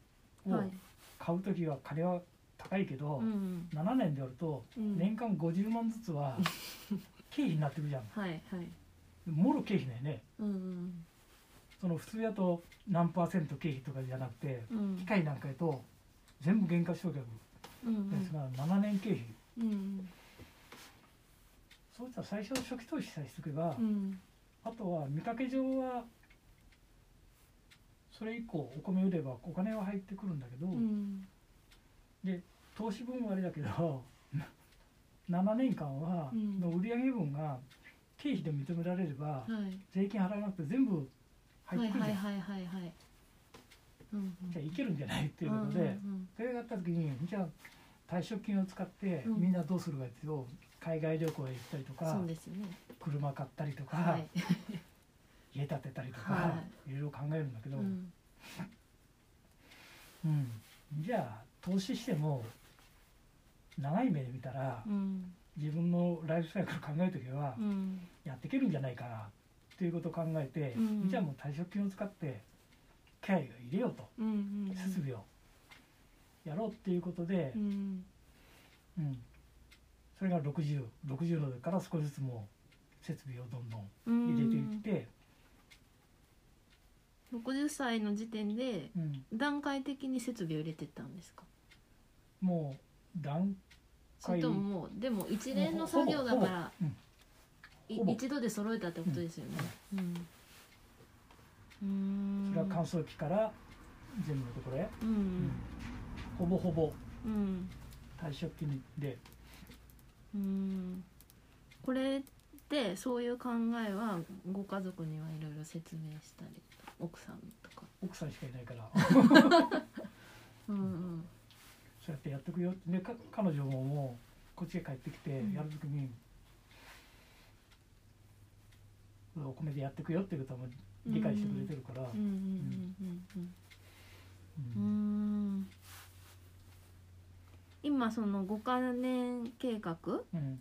Speaker 1: を
Speaker 2: はい
Speaker 1: 買う時は金は高いけど、
Speaker 2: うん
Speaker 1: 7年でやると
Speaker 2: うん
Speaker 1: 年間50万ずつは経費になってくるじゃん
Speaker 2: はいはい
Speaker 1: もろ経費だよね
Speaker 2: うん
Speaker 1: その普通やと何パーセント経費とかじゃなくて
Speaker 2: うんうん
Speaker 1: 機械なんかやと全部減価償却
Speaker 2: うんうん
Speaker 1: ですが7年経費
Speaker 2: うん
Speaker 1: そうしたら最初の初期投資さえしておけば
Speaker 2: うん
Speaker 1: あとは見かけ上はそれ以降お米売ればお金は入ってくるんだけど
Speaker 2: うん
Speaker 1: 投資分はあれだけど 7年間は
Speaker 2: うん
Speaker 1: の売上分が経費で認められれば
Speaker 2: はい
Speaker 1: 税金払わなくて全部入って
Speaker 2: はい
Speaker 1: くるじゃん、
Speaker 2: はいはいはいはいうんうん
Speaker 1: じゃあいけるんじゃないっていうことで、
Speaker 2: ん
Speaker 1: それがあった時にじゃあ退職金を使って
Speaker 2: うん
Speaker 1: みんなどうするかっていうと海外旅行へ行ったりと
Speaker 2: うん
Speaker 1: か
Speaker 2: そうですね
Speaker 1: 車買ったりとか、
Speaker 2: はい
Speaker 1: 家建てたりとか、、
Speaker 2: はい
Speaker 1: ろいろ考えるんだけ
Speaker 2: う
Speaker 1: ど、うん
Speaker 2: ん
Speaker 1: じゃあ投資しても長い目で見たら
Speaker 2: うん
Speaker 1: 自分のライフサイクル考える時は
Speaker 2: うん
Speaker 1: やっていけるんじゃないかなっていうことを考えて、
Speaker 2: うん
Speaker 1: じゃあもう退職金を使って機械を入れようと
Speaker 2: うんうん
Speaker 1: 設備をやろうっていうことで
Speaker 2: う、ん
Speaker 1: うん、それが6060のから少しずつもう設備をどんどん
Speaker 2: うん
Speaker 1: 入れていって、
Speaker 2: 60歳の時点で
Speaker 1: うん、
Speaker 2: 段階的に設備を入れてったんですか
Speaker 1: もう段
Speaker 2: それとももうでも一連の
Speaker 1: ほ
Speaker 2: 作
Speaker 1: ぼ
Speaker 2: 業だから
Speaker 1: ほぼ
Speaker 2: い
Speaker 1: ほぼ
Speaker 2: 一度で揃えたってことですよねうんうーん
Speaker 1: それは乾燥機から全部のところへ、
Speaker 2: う
Speaker 1: うん
Speaker 2: ん
Speaker 1: ほぼほぼ
Speaker 2: うん
Speaker 1: 退職金で、
Speaker 2: うんこれってそういう考えはご家族にはいろいろ説明したり奥さんとか
Speaker 1: 奥さんしかいない から。
Speaker 2: うんうん
Speaker 1: そうやってやってくよってでか彼女ももうこっちへ帰ってきて
Speaker 2: うん
Speaker 1: やるときに、お米でやってくよっていうことはもう理解してくれてるから、
Speaker 2: うんうんうんうんうんうー
Speaker 1: うん
Speaker 2: ん今その5カ年計画
Speaker 1: うん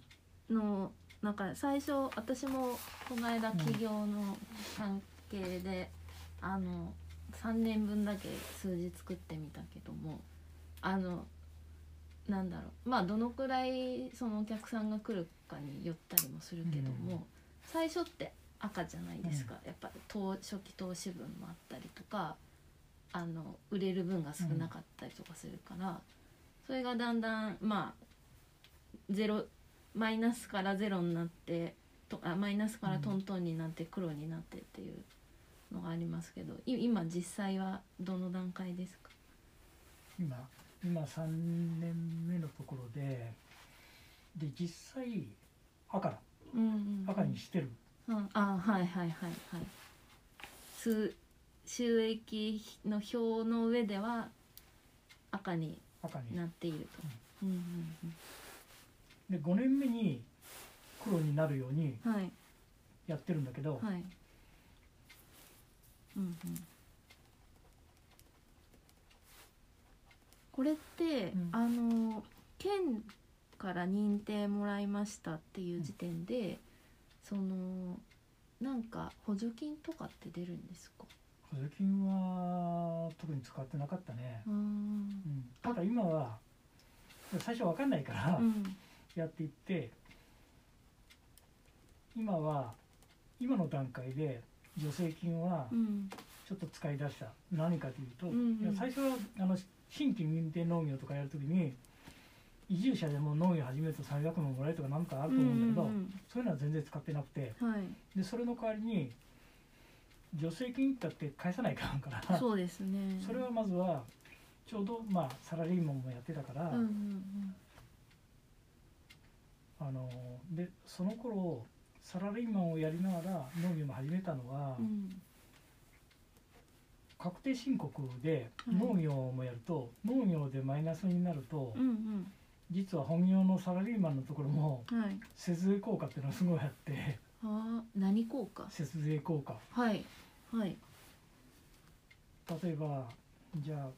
Speaker 2: のなんか最初私もこの間
Speaker 1: うん
Speaker 2: 企業の関係で、あの3年分だけ数字作ってみたけどもあのなんだろうまあどのくらいそのお客さんが来るかによったりもするけども、
Speaker 1: うん
Speaker 2: 最初って赤じゃないですか、やっぱ投初期投資分もあったりとかあの売れる分が少なかったりとかするから、それがだんだんまあゼロマイナスからゼロになってとあマイナスからトントンになって黒になってっていうのがありますけど、い今実際はどの段階ですか
Speaker 1: 今今3年目のところでで実際赤だ
Speaker 2: うんうんうん
Speaker 1: 赤にしてる
Speaker 2: うん、あはいはいはいはいす収益の表の上では赤に
Speaker 1: 赤に
Speaker 2: なっていると、うんうん
Speaker 1: で5年目に黒になるように
Speaker 2: うん、はい
Speaker 1: やってるんだけど、
Speaker 2: はいうんうんこれって、
Speaker 1: うん
Speaker 2: あの県から認定もらいましたっていう時点で、そのなんか補助金とかって出るんですか
Speaker 1: 補助金は特に使ってなかったね、
Speaker 2: うーん
Speaker 1: うん、ただ今は最初わかんないから
Speaker 2: うん
Speaker 1: やっていって、今は今の段階で助成金は
Speaker 2: うん
Speaker 1: ちょっと使い出した、何かというと、
Speaker 2: うんうん
Speaker 1: いや最初はあの新規認定農業とかやるときに移住者でも農業始めると300万もらえるとかなんかあると思うんだけど、そういうのは全然使ってなくて
Speaker 2: うんうんうん
Speaker 1: でそれの代わりに助成金だって返さないかんから
Speaker 2: はい、そうですね。
Speaker 1: それはまずはちょうどまあサラリーマンもやってたから、
Speaker 2: うんうん
Speaker 1: あのでその頃サラリーマンをやりながら農業も始めたのは、
Speaker 2: うんうん
Speaker 1: 確定申告で
Speaker 2: はい
Speaker 1: 農業もやると、農業でマイナスになると、
Speaker 2: うん
Speaker 1: 実は本業のサラリーマンのところも
Speaker 2: うんはい。
Speaker 1: 節税効果っていうのがすごいあ って
Speaker 2: ああ何効果？
Speaker 1: 節税効果
Speaker 2: はいはい
Speaker 1: 例えばじゃあ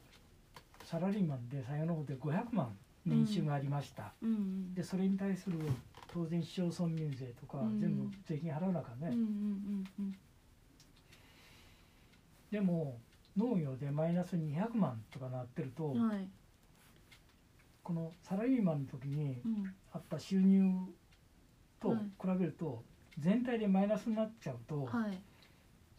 Speaker 1: サラリーマンで最後の方で500万年収がありました、
Speaker 2: うんうん。
Speaker 1: でそれに対する当然市町村民税とか
Speaker 2: うん
Speaker 1: 全部税金払う中ね、
Speaker 2: うんうんうん
Speaker 1: でも農業でマイナス200万とかなってると、
Speaker 2: うんはい
Speaker 1: このサラリーマンの時に
Speaker 2: うん
Speaker 1: あった収入と
Speaker 2: はい
Speaker 1: 比べると全体でマイナスになっちゃうと、
Speaker 2: はい。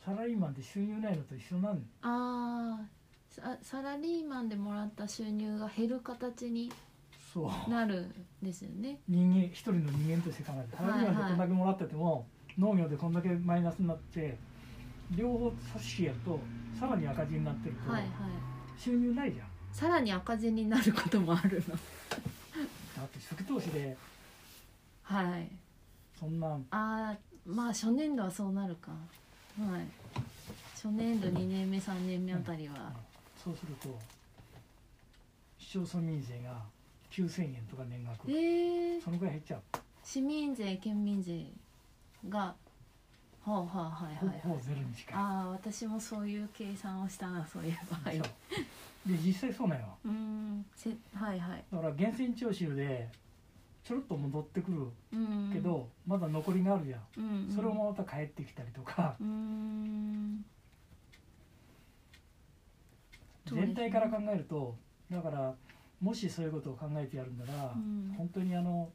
Speaker 1: サラリーマンって収入ないのと一緒なんだ
Speaker 2: ああさサラリーマンでもらった収入が減る形に
Speaker 1: そう
Speaker 2: なるんですよね。
Speaker 1: 人間一人の人間として考えてサラリーマンでこんだけもらってても、農業でこんだけマイナスになって両方差しやるとさらに赤字になってると、
Speaker 2: はいはい。
Speaker 1: 収入ないじゃん
Speaker 2: さらに赤字になることもあるの。
Speaker 1: だって初期投資で
Speaker 2: はい。
Speaker 1: そんな
Speaker 2: ああまあ初年度はそうなるかはい初年度2年目3年目あたりは
Speaker 1: そうすると市町村民税が9000円とか年額
Speaker 2: えー、
Speaker 1: そのぐらい減っちゃう
Speaker 2: 市民税県民税がはあはあはい
Speaker 1: ほ
Speaker 2: はい
Speaker 1: ほぼゼロに近い
Speaker 2: ああ私もそういう計算をしたなそういえばはい
Speaker 1: そうで実際そうなんよ
Speaker 2: うーんせはいはい
Speaker 1: だから源泉徴収でちょろっと戻ってくる
Speaker 2: うん
Speaker 1: けど、まだ残りがあるじゃん、
Speaker 2: うんうん
Speaker 1: それもまた帰ってきたりとか
Speaker 2: うーんそうですね
Speaker 1: 全体から考えるとだからもしそういうことを考えてやるんなら、
Speaker 2: うん
Speaker 1: 本当にあの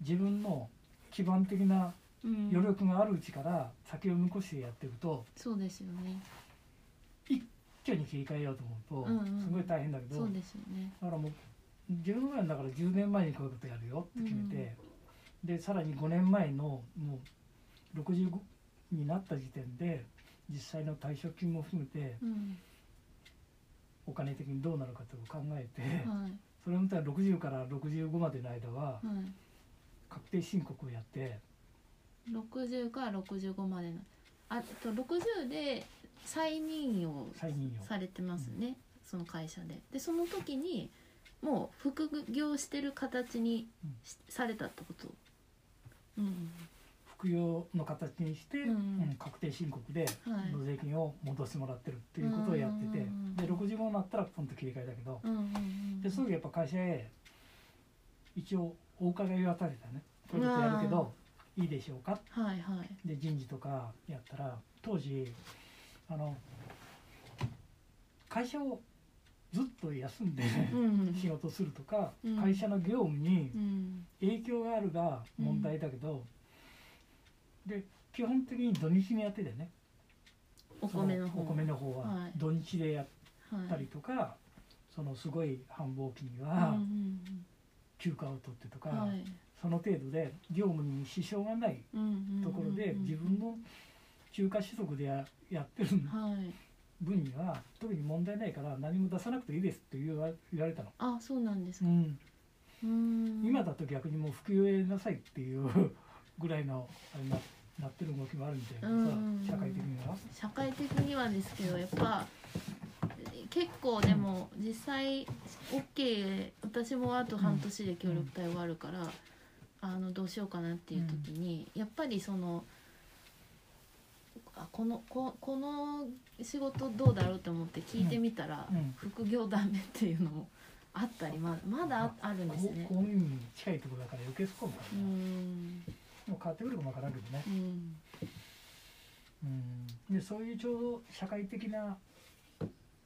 Speaker 1: 自分の基盤的な
Speaker 2: うん
Speaker 1: 余力があるうちから先を向こうしてやっていくと
Speaker 2: そうですよね
Speaker 1: 一挙に切り替えようと思うと、
Speaker 2: うんうん
Speaker 1: すごい大変だけど
Speaker 2: そう
Speaker 1: だ
Speaker 2: ですよね
Speaker 1: からもう自分はだから10年前にこういうことやるよって決めて、でさらに5年前のもう65になった時点で実際の退職金も含めて
Speaker 2: うん
Speaker 1: お金的にどうなるかというのを考えて、
Speaker 2: は
Speaker 1: それまた60から65までの間はい
Speaker 2: はい
Speaker 1: 確定申告をやって
Speaker 2: 60から65までのあと60で再任用
Speaker 1: 再任用
Speaker 2: されてますね、その会社ででその時にもう副業してる形にしされたってことうん
Speaker 1: 服用の形にして、
Speaker 2: うん
Speaker 1: うん確定申告で
Speaker 2: はい
Speaker 1: 納税金を戻してもらってるっていうことをやってて、
Speaker 2: うん
Speaker 1: で65になったらポンと切り替えだけど、
Speaker 2: うんうんうん
Speaker 1: ですぐやっぱ会社へ一応お伺いを立てたねこういうことやるけど、いいでしょうか
Speaker 2: はいはい
Speaker 1: で人事とかやったら当時あの会社をずっと休んで、
Speaker 2: うん
Speaker 1: 仕事するとか、
Speaker 2: うん
Speaker 1: 会社の業務に
Speaker 2: うん
Speaker 1: 影響があるが問題だけど、で基本的に土日にやっててね
Speaker 2: お米の方
Speaker 1: そお米の方は
Speaker 2: はい
Speaker 1: 土日でやっ
Speaker 2: は
Speaker 1: た
Speaker 2: い
Speaker 1: りとか、そのすごい繁忙期に
Speaker 2: うん
Speaker 1: は
Speaker 2: うん
Speaker 1: 休暇を取ってとか、
Speaker 2: うんはい
Speaker 1: その程度で業務に支障がない
Speaker 2: うんうんうん
Speaker 1: ところで自分の休暇取得でややってる
Speaker 2: はい
Speaker 1: 分には特に問題ないから何も出さなくていいですって言わ言われたの、
Speaker 2: あそうなんです
Speaker 1: う
Speaker 2: か
Speaker 1: ん、
Speaker 2: 今
Speaker 1: 今だと逆にもう服用なさいっていう ぐらいのあれにななってる動きもあるみたいな
Speaker 2: うん
Speaker 1: さ
Speaker 2: うんうん
Speaker 1: 社会的には。
Speaker 2: 社会的にはですけどやっぱ結構でも実際 OK 私もあと半年で協力隊終わるから、あのどうしようかなっていう時に、やっぱりそのあこのここの仕事どうだろうと思って聞いてみたら、
Speaker 1: うんうん
Speaker 2: 副業ダメっていうのもあったりままだああるんですね。
Speaker 1: 公公務員に近いところだから余計そこもあ
Speaker 2: う
Speaker 1: るな、もう
Speaker 2: ん
Speaker 1: 変わってくるかもわからんけどね
Speaker 2: う、ん
Speaker 1: うん、でそういうちょうど社会的な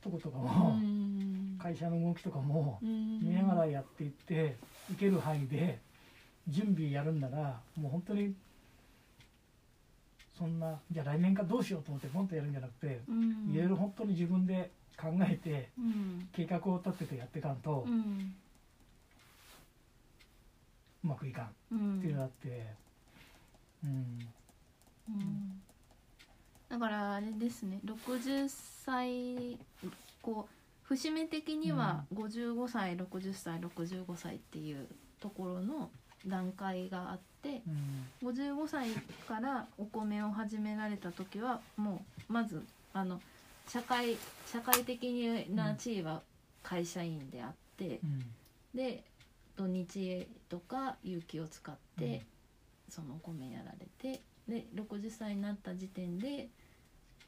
Speaker 1: とことか
Speaker 2: う
Speaker 1: も、
Speaker 2: ん
Speaker 1: 会社の動きとかも
Speaker 2: うん
Speaker 1: 見ながらやっていっていける範囲で準備やるんならもう本当にそんなじゃあ来年かどうしようと思ってポンとやるんじゃなくて
Speaker 2: うん
Speaker 1: いろいろ本当に自分で考えて
Speaker 2: うん
Speaker 1: 計画を立ててやっていかんと
Speaker 2: うん
Speaker 1: うまくいかんっ
Speaker 2: うん
Speaker 1: ていうのがあって、うん、
Speaker 2: うんだからあれですね60歳こう節目的には55歳60歳65歳っていうところの段階があって
Speaker 1: うん、
Speaker 2: 55歳からお米を始められた時はもうまずあの社会社会的な地位は会社員であって。
Speaker 1: うん、
Speaker 2: で土日とか有給を使って、
Speaker 1: うん
Speaker 2: そのお米やられてで60歳になった時点で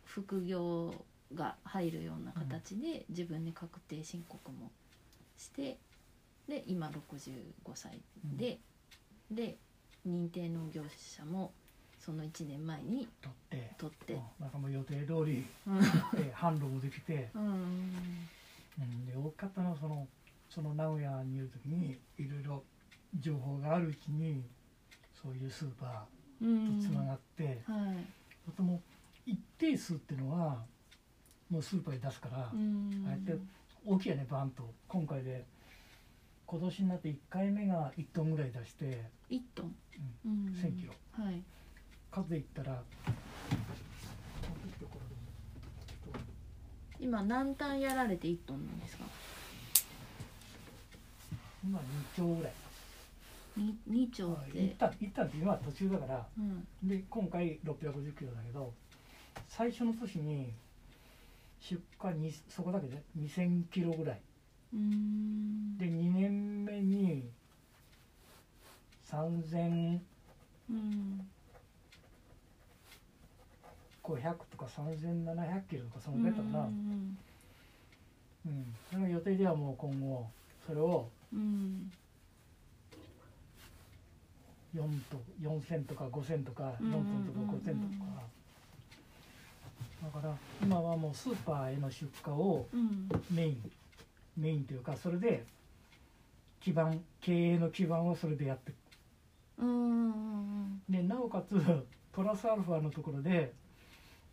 Speaker 2: 副業が入るような形で自分で確定申告もしてで今65歳で、で認定農業者もその1年前に
Speaker 1: 取って、
Speaker 2: 取っ
Speaker 1: う
Speaker 2: て
Speaker 1: ん、なんかもう予定通 り、
Speaker 2: うん
Speaker 1: えー販路もできて、
Speaker 2: うん
Speaker 1: うん、で大方のはそのその名古屋にいる時にいろいろ情報があるうちにそういうスーパ
Speaker 2: う
Speaker 1: ーとつなんがって、
Speaker 2: はい
Speaker 1: とても一定数っていうのはもうスーパーに出すから。
Speaker 2: うん
Speaker 1: あれって大きいよねバンと今回で今年になって1回目が1トンぐらい出して
Speaker 2: 1トン、
Speaker 1: う
Speaker 2: うん
Speaker 1: 1000キロ
Speaker 2: はい
Speaker 1: 数で言ったら
Speaker 2: 今何単やられて1トンなんですか
Speaker 1: 今2丁ぐらい
Speaker 2: に2丁っ、
Speaker 1: いってたいったって今は途中だから
Speaker 2: うん、
Speaker 1: で今回650キロだけど最初の年に出荷にそこだけで2000キロぐらいう
Speaker 2: ーん
Speaker 1: で2年目に3500
Speaker 2: うん
Speaker 1: とか3700キロとかそのぐらいだったかな、
Speaker 2: うん
Speaker 1: うん、その予定ではもう今後それを
Speaker 2: うん
Speaker 1: 4と4000とか5000とか
Speaker 2: うん
Speaker 1: 4トンとか5000とかだから今はもうスーパーへの出荷を
Speaker 2: うん
Speaker 1: メインメインというかそれで基盤経営の基盤をそれでやって
Speaker 2: うんうん
Speaker 1: でなおかつプラスアルファのところで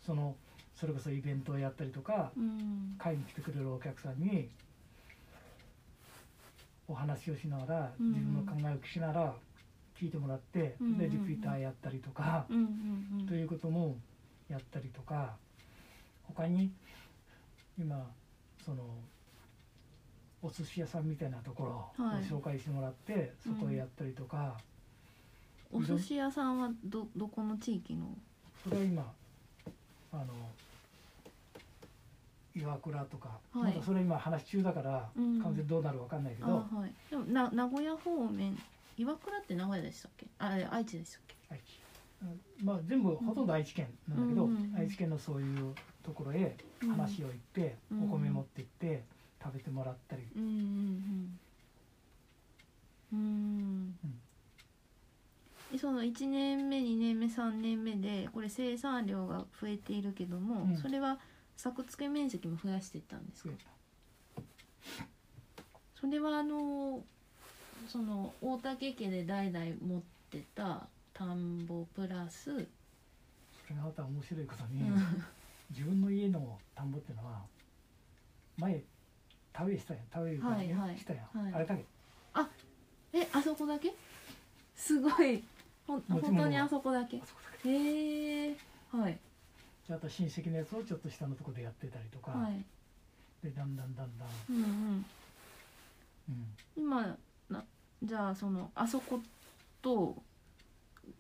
Speaker 1: そのそれこそイベントをやったりとか
Speaker 2: うん
Speaker 1: 買いに来てくれるお客さんにお話をしながら
Speaker 2: うん
Speaker 1: 自分の考えを聞きながら聞いてもらって、
Speaker 2: うん
Speaker 1: でリピーターやったりとか、
Speaker 2: うんうん
Speaker 1: ということもやったりとか他に今そのお寿司屋さんみたいなところを
Speaker 2: はい
Speaker 1: 紹介してもらってそこへやったりとか、
Speaker 2: お寿司屋さんはどどこの地域の
Speaker 1: それは今あの岩倉とか、
Speaker 2: はい
Speaker 1: まだそれ今話中だから、
Speaker 2: うん
Speaker 1: 完全にどうなるか分かんないけ
Speaker 2: あ
Speaker 1: ど。
Speaker 2: はいでもな名古屋方面岩倉って名古屋でしたっけあえ愛知でしたっけ
Speaker 1: 愛知うんまあ全部ほとんど愛知県なんだけど、
Speaker 2: うんうんうん
Speaker 1: 愛知県のそういうところへ話を行って、
Speaker 2: うん
Speaker 1: お米持って行って食べてもらったり、
Speaker 2: うんうんうんう
Speaker 1: う
Speaker 2: ん
Speaker 1: ん
Speaker 2: でその1年目2年目3年目でこれ生産量が増えているけども、
Speaker 1: うん
Speaker 2: それは作付け面積も増やしていったんです
Speaker 1: そ
Speaker 2: か
Speaker 1: う
Speaker 2: それはあのその大竹家で代々持ってた田んぼプラス、
Speaker 1: それがまた面白いこと
Speaker 2: う
Speaker 1: に、
Speaker 2: ん
Speaker 1: 自分の家の田んぼっていうのは前旅したやん旅いうか
Speaker 2: はいはい
Speaker 1: したやん、
Speaker 2: はい
Speaker 1: あれだけ
Speaker 2: えあそこだけすごいほん
Speaker 1: 持
Speaker 2: 本
Speaker 1: ち
Speaker 2: 当
Speaker 1: 物
Speaker 2: にあそこだけ
Speaker 1: あそこだけ
Speaker 2: へえはい
Speaker 1: であと親戚のやつをちょっと下のとこでやってたりとか、
Speaker 2: はい
Speaker 1: でだんだんだんだん、
Speaker 2: うんうん
Speaker 1: うん、
Speaker 2: 今なじゃあそのあそこと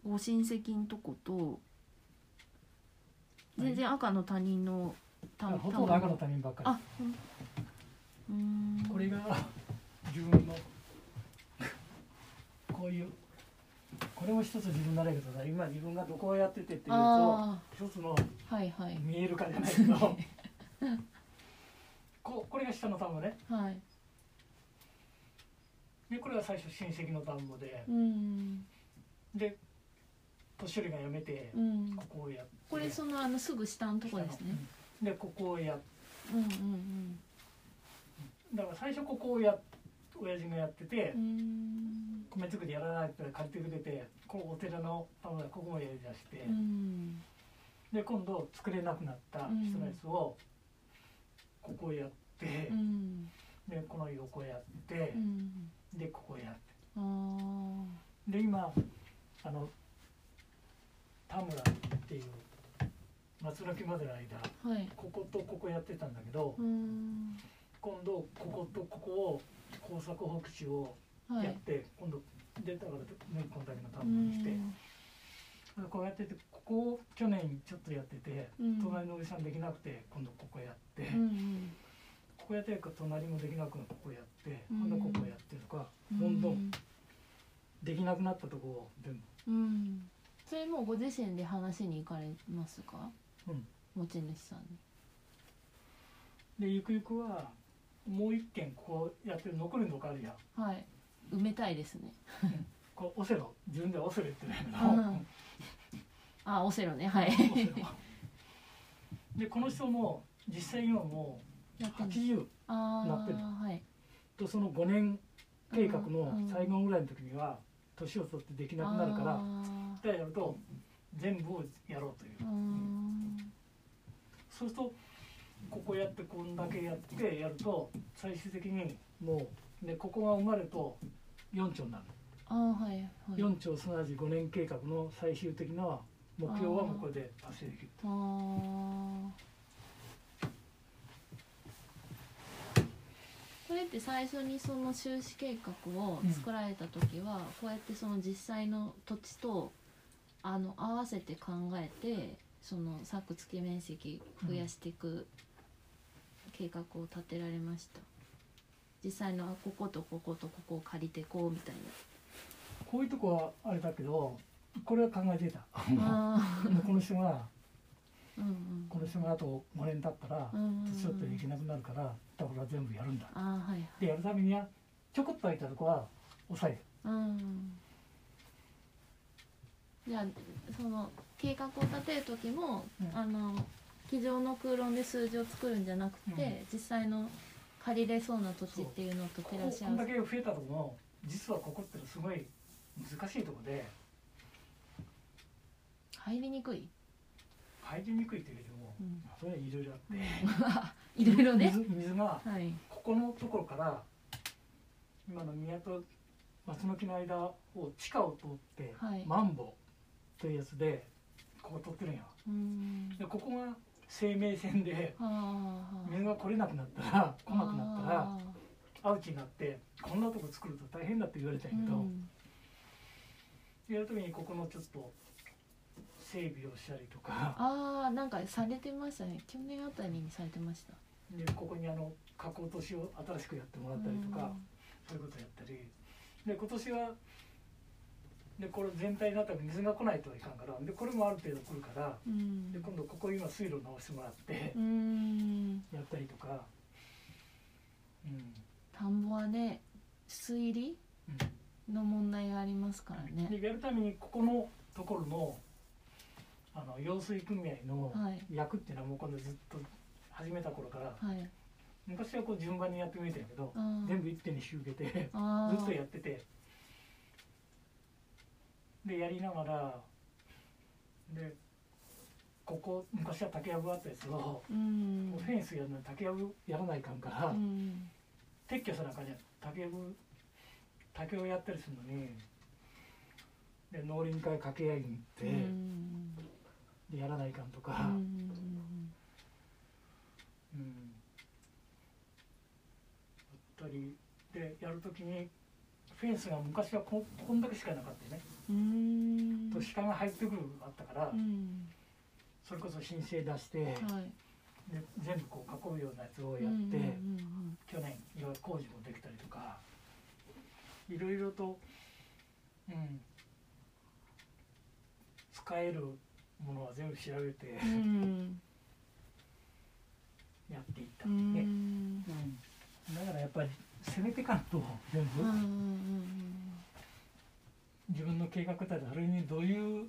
Speaker 2: ご親戚んとこと全然赤の他人のた
Speaker 1: ほとんど赤の
Speaker 2: 他
Speaker 1: 他人ばっかり
Speaker 2: あほんうーん
Speaker 1: これが自分の こういうこれも一つ自分のあれだけどさ今自分がどこをやっててっていうと
Speaker 2: あ
Speaker 1: 一つの
Speaker 2: あはいはい
Speaker 1: 見える化じゃないけど ここれが下の田んぼね
Speaker 2: はい
Speaker 1: でこれが最初親戚の田んぼで
Speaker 2: うん
Speaker 1: で年寄りが辞めて
Speaker 2: うん
Speaker 1: ここをやって
Speaker 2: これそのあのすぐ下のとこですね
Speaker 1: うんでここをやっ
Speaker 2: うんうん
Speaker 1: だから最初ここをやっ親父がやってて
Speaker 2: うんうーん
Speaker 1: 米作りやらないって借りてくれてこのお寺の田んぼでここもやりだして、
Speaker 2: うん
Speaker 1: で今度作れなくなった人のやつをここをやって
Speaker 2: う、ん
Speaker 1: でこの横やって
Speaker 2: う、ん
Speaker 1: でここやって
Speaker 2: あー
Speaker 1: で今あの田村っていう松の木までの間
Speaker 2: はい
Speaker 1: こことここやってたんだけど、
Speaker 2: うーん
Speaker 1: 今度こことここを耕作放棄地を
Speaker 2: は
Speaker 1: やっ
Speaker 2: い
Speaker 1: て、今度でだからもう一本だけの田
Speaker 2: うん
Speaker 1: ぼにして、
Speaker 2: ん
Speaker 1: こうやっててここを去年ちょっとやってて、
Speaker 2: うん
Speaker 1: 隣のおじさんできなくて今度ここやって。
Speaker 2: うん
Speaker 1: ここやってるか隣もできなくなってここやって、
Speaker 2: うん
Speaker 1: 今度ここやってとか
Speaker 2: うん
Speaker 1: どんどんできなくなったとこを全部
Speaker 2: うんそれもうご自身で話しに行かれますか、
Speaker 1: うん
Speaker 2: 持ち主さんに
Speaker 1: でゆくゆくはもう一軒ここやってる残りのとこあるやん
Speaker 2: はい埋めたいですね
Speaker 1: こうオセロ自分ではオセロ言ってないけど、
Speaker 2: うんあオセロねはい
Speaker 1: オセロでこの人も実際今もう
Speaker 2: やってんの
Speaker 1: 80
Speaker 2: あ
Speaker 1: なってる
Speaker 2: あはい
Speaker 1: とその5年計画の
Speaker 2: うん
Speaker 1: 最後ぐらいの時には年を取ってできなくなるから
Speaker 2: あー
Speaker 1: 一回やると全部をやろうという
Speaker 2: うーん
Speaker 1: そうするとここやってこんだけやってやると最終的にもうでここが生まれると4兆になる、
Speaker 2: あーはいはい
Speaker 1: 4兆すなわち5年計画の最終的な目標はもうこれで達成できる
Speaker 2: あーこれって最初にその収支計画を作られた時は、こうやってその実際の土地とあの合わせて考えてその作付き面積増やしていく計画を立てられました、実際のあこことこことここを借りてこうみたい
Speaker 1: こういうとこはあれだけどこれは考えて た
Speaker 2: なあ
Speaker 1: でこの人が
Speaker 2: ーうんうん
Speaker 1: この人があと5年経ったら
Speaker 2: うんうんうん
Speaker 1: 年取ってできなくなるからだから全部やるんだ
Speaker 2: あーはいはい
Speaker 1: でやるためにはちょこっと空いたとこは抑える
Speaker 2: うんじゃあその計画を立てる時も、
Speaker 1: うん
Speaker 2: あの机上の空論で数字を作るんじゃなくて、
Speaker 1: うん
Speaker 2: 実際の借りれそうな土地っていうのと
Speaker 1: こ
Speaker 2: 照らし
Speaker 1: こ
Speaker 2: 合
Speaker 1: んだ
Speaker 2: わ
Speaker 1: け
Speaker 2: せ
Speaker 1: 増えたとこも実はここってすごい難しいとこで
Speaker 2: 入りにくい、
Speaker 1: 入りにくいというよりも
Speaker 2: うん、
Speaker 1: それはいろいろあって
Speaker 2: いろいろね
Speaker 1: 水水が
Speaker 2: はい
Speaker 1: ここのところから今の宮と松の木の間を地下を通って、
Speaker 2: はい
Speaker 1: マンボウというやつでここ通ってるんや
Speaker 2: うん
Speaker 1: でここが生命線で
Speaker 2: はあ
Speaker 1: 水が来れなくなったら来
Speaker 2: はあ
Speaker 1: なくなったら
Speaker 2: あ
Speaker 1: アウチになってこんなとこ作ると大変だって言われたん
Speaker 2: ー
Speaker 1: やけ
Speaker 2: う
Speaker 1: ど、
Speaker 2: ん
Speaker 1: やる時にここのちょっと整備をしたりとか
Speaker 2: あーなんかされてましたね去年あたりにされてました
Speaker 1: でここにあの加工都市を新しくやってもらったりとか。そういうことやったりで今年はでこれ全体だったら水が来ないとはいかんからでこれもある程度来るから
Speaker 2: うんうん
Speaker 1: で今度ここ今水路直してもらって
Speaker 2: うん
Speaker 1: やったりとか、うん
Speaker 2: 田んぼはね水利
Speaker 1: う
Speaker 2: の問題がありますから
Speaker 1: ん
Speaker 2: ね。
Speaker 1: でやるためにここのところのあの用水組合の
Speaker 2: はい
Speaker 1: 役っていうのはもう今度ずっと始めた頃から
Speaker 2: はい。
Speaker 1: 昔はこう順番にやってみたんやけど
Speaker 2: あー
Speaker 1: 全部一手に集けて。
Speaker 2: あ
Speaker 1: ずっと
Speaker 2: ー
Speaker 1: やっててでやりながらでここ昔は竹やぶあったやつを
Speaker 2: うん
Speaker 1: フェンスやるのに竹やぶやらないかんから、
Speaker 2: うん
Speaker 1: 撤去する中で竹を竹をやったりするのにで農林会掛け合いに行って、
Speaker 2: うん
Speaker 1: でやらないかんと
Speaker 2: う
Speaker 1: か、
Speaker 2: ん
Speaker 1: うんあったりでやるときにフェンスが昔はここんだけしかなかったよね、
Speaker 2: うん
Speaker 1: と鹿が入ってくるあったから、
Speaker 2: うん
Speaker 1: それこそ申請出して、
Speaker 2: はい
Speaker 1: で全部こう囲うようなやつをやって、
Speaker 2: うんうん
Speaker 1: 去年いろいろ工事もできたりとかいろいろと、うん、使えるものは全部調べて
Speaker 2: うんうん
Speaker 1: やっていった
Speaker 2: うんん
Speaker 1: でね、うんだからやっぱり攻めてかんと全部。
Speaker 2: うんうんうん
Speaker 1: 自分の計画立てそれにどういう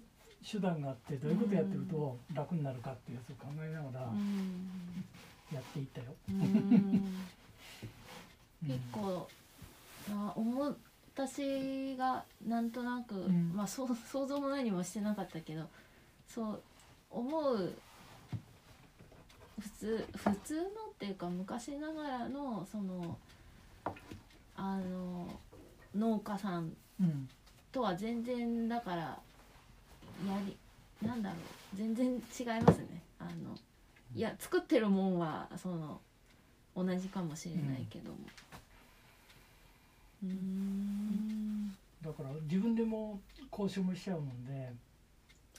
Speaker 1: 手段があってどういうことやってると楽になるかっていうやつを考えながら
Speaker 2: うん
Speaker 1: やっていったよ。
Speaker 2: うん
Speaker 1: うん
Speaker 2: 結構あ思う私がなんとなく、
Speaker 1: ん
Speaker 2: まあそう 想像も何もしてなかったけどそう思う普通普通のっていうか昔ながらのそのあの農家さん
Speaker 1: うん
Speaker 2: とは全然だからやりなんだろう全然違いますねあのいや作ってるもんはその同じかもしれないけどもうーん
Speaker 1: だから自分でも交渉もしちゃうもんで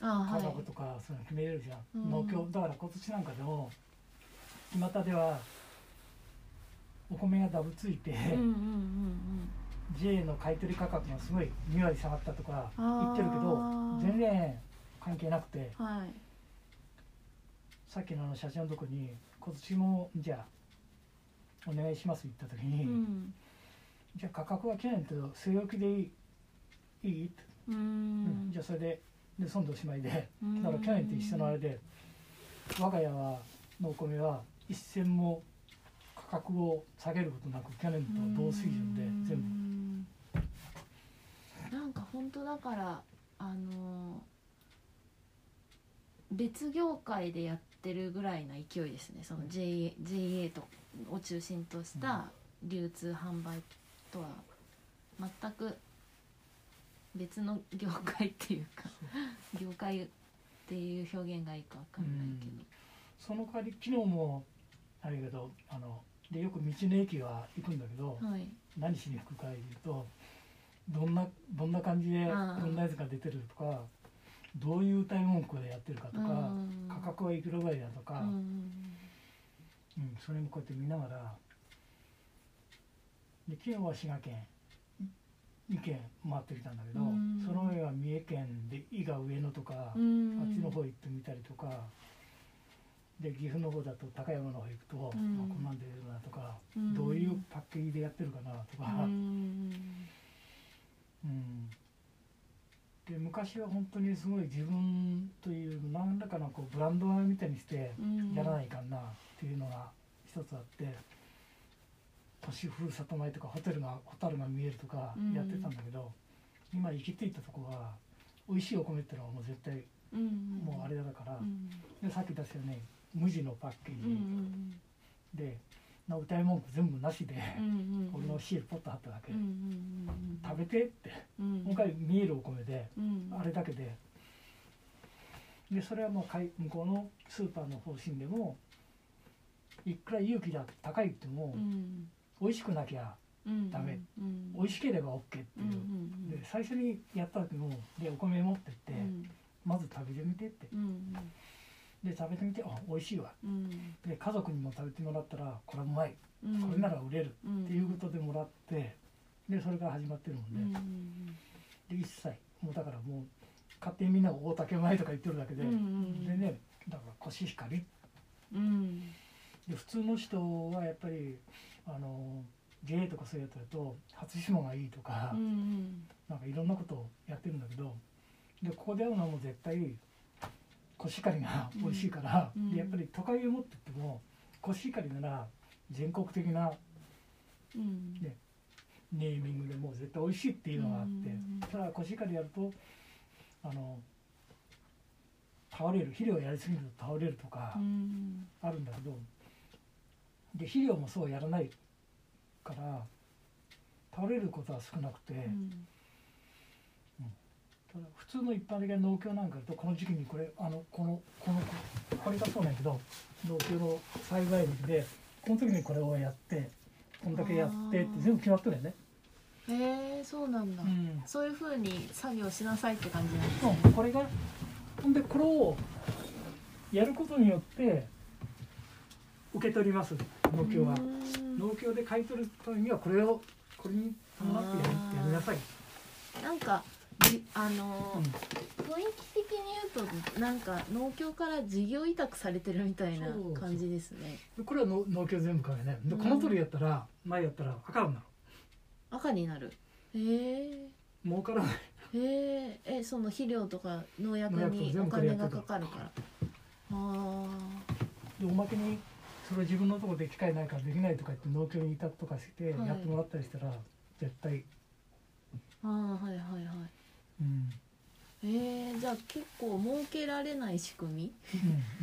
Speaker 2: あ
Speaker 1: 価
Speaker 2: はい
Speaker 1: 格とかそういうの決めれるじゃん、
Speaker 2: うん
Speaker 1: 農協だから今年なんかでも巷ではお米がダブついて、
Speaker 2: うんうん
Speaker 1: JA の買い取り価格がすごい2割下がったとか言ってるけど
Speaker 2: あー
Speaker 1: 全然関係なくて
Speaker 2: うんうんはい
Speaker 1: さっきのあの写真のとこに今年もじゃあお願いしますって言った時に、
Speaker 2: うん
Speaker 1: じゃあ価格は去年と据え置きでいいいいって、
Speaker 2: うーん
Speaker 1: じゃあそれででそんでおしまいで
Speaker 2: う
Speaker 1: だか
Speaker 2: ん
Speaker 1: ら去年と一緒のあれで我が家はのお米は一銭も価格を下げることなく去年と同水準で全部
Speaker 2: 部なんか本当だからあの別業界でやってるぐらいな勢いですねその JA, JA とを中心とした流通販売とは全く別の業界っていうか業界っていう表現がいいかわかんないけど
Speaker 1: その代わり昨日もあれやけどあのでよく道の駅は行くんだけど、
Speaker 2: はい
Speaker 1: 何しに行くかいうとどんなどんな感じでど
Speaker 2: ああ
Speaker 1: んなやつが出てるとかどういう歌い文句でやってるかとか
Speaker 2: うん
Speaker 1: 価格はいくらぐらいだと
Speaker 2: う
Speaker 1: か、うん
Speaker 2: ん
Speaker 1: それもこうやって見ながらで昨日は滋賀県2県回ってきたんだけど、
Speaker 2: うん
Speaker 1: その上は三重県で伊賀上野とか、
Speaker 2: うん
Speaker 1: あっちの方行ってみたりとかで岐阜の方だと高山の方行くと、
Speaker 2: うん
Speaker 1: あこんなん出るなとか、
Speaker 2: うん
Speaker 1: どういうパッケージでやってるかなとか。
Speaker 2: うん
Speaker 1: うんで昔は本当にすごい自分という何らかのこうブランドみたいにして
Speaker 2: うん
Speaker 1: やらないかんなっていうのが一つあって都市ふるさと前とかホテルがホタルが見えるとか
Speaker 2: うん
Speaker 1: やってたんだけど、今行き着いたとこは美味しいお米ってのはもう絶対
Speaker 2: うん
Speaker 1: もうあれだから
Speaker 2: う、ん
Speaker 1: でさっき出したよね無地のパッケー
Speaker 2: う
Speaker 1: ジ
Speaker 2: ん
Speaker 1: で、な歌い文句全部なしで、
Speaker 2: うんうん
Speaker 1: 俺のシールポッと貼っただけ、
Speaker 2: うんうん
Speaker 1: 食べてって
Speaker 2: うんうん
Speaker 1: 今回見えるお米で。
Speaker 2: うん
Speaker 1: あれだけででそれはもうかい向こうのスーパーの方針でもいくら勇気だ高いっても、
Speaker 2: うん
Speaker 1: 美味しくなきゃ
Speaker 2: うん
Speaker 1: ダメ
Speaker 2: うん
Speaker 1: 美味しければ OK っていう
Speaker 2: うんう、ん
Speaker 1: で最初にやった時もでお米持ってって、
Speaker 2: うん
Speaker 1: まず食べてみてって
Speaker 2: うん
Speaker 1: で食べてみてあ美味しいわ
Speaker 2: うん
Speaker 1: で家族にも食べてもらったらこれはうまい
Speaker 2: うん
Speaker 1: これなら売れる、
Speaker 2: うん
Speaker 1: っていうことでもらってでそれから始まってるもん
Speaker 2: う
Speaker 1: で,、
Speaker 2: ん
Speaker 1: で一切もうだからもう勝手にみんな大竹前とか言ってるだけで、
Speaker 2: うんうん
Speaker 1: でねだからコシヒカリって
Speaker 2: うん
Speaker 1: で普通の人はやっぱりあの JA とかそういうやつだと初霜がいいとか、
Speaker 2: うん
Speaker 1: なんかいろんなことをやってるんだけどでここで会うのはもう絶対コシヒカリが美味しいから、
Speaker 2: うん
Speaker 1: でやっぱり都会を持ってってもコシヒカリなら全国的な
Speaker 2: うん
Speaker 1: ねネーミングでもう絶対美味しいっていうのがあって、
Speaker 2: うん
Speaker 1: ただコシヒカリやるとあの倒れる肥料やりすぎると倒れるとか。
Speaker 2: うん
Speaker 1: あるんだけどで肥料もそうやらないから倒れることは少なくて、
Speaker 2: うん
Speaker 1: ただ普通の一般的な農協なんかだとこの時期にこれあのこのこのこれがそうなんやけど農協の栽培力でこの時にこれをやってこんだけやってっ
Speaker 2: あ
Speaker 1: て
Speaker 2: ー
Speaker 1: 全部決まっとるよね。
Speaker 2: へえそうなんだ、
Speaker 1: うん
Speaker 2: そういうふうに作業しなさいって感じなんです
Speaker 1: も
Speaker 2: ね
Speaker 1: うこれがほんでこれをやることによって受け取ります農協は
Speaker 2: う。ん
Speaker 1: 農協で買い取るためにはこれをこれに伴ってや
Speaker 2: あー
Speaker 1: りやりなさい。
Speaker 2: なんかじあのー、
Speaker 1: うん
Speaker 2: 雰囲気的に言うとなんか農協から事業委託されてるみたいな
Speaker 1: そう
Speaker 2: 感じですね
Speaker 1: でこれはの農協全部買うよね。でこの鳥やったら前やったら赤になる。
Speaker 2: 赤になるへえ
Speaker 1: 儲からない。
Speaker 2: へええその肥料とか農薬に
Speaker 1: 農薬とか全部取り
Speaker 2: お金
Speaker 1: 扱
Speaker 2: が
Speaker 1: う
Speaker 2: かかるからあ
Speaker 1: で
Speaker 2: ー
Speaker 1: おまけにそれ自分のとこで機会ないからできないとか言って農協にいたとかして
Speaker 2: はい
Speaker 1: やってもらったりしたら、絶対、
Speaker 2: あーはいはいはい
Speaker 1: うん、
Speaker 2: えー、じゃあ結構儲けられない仕 組み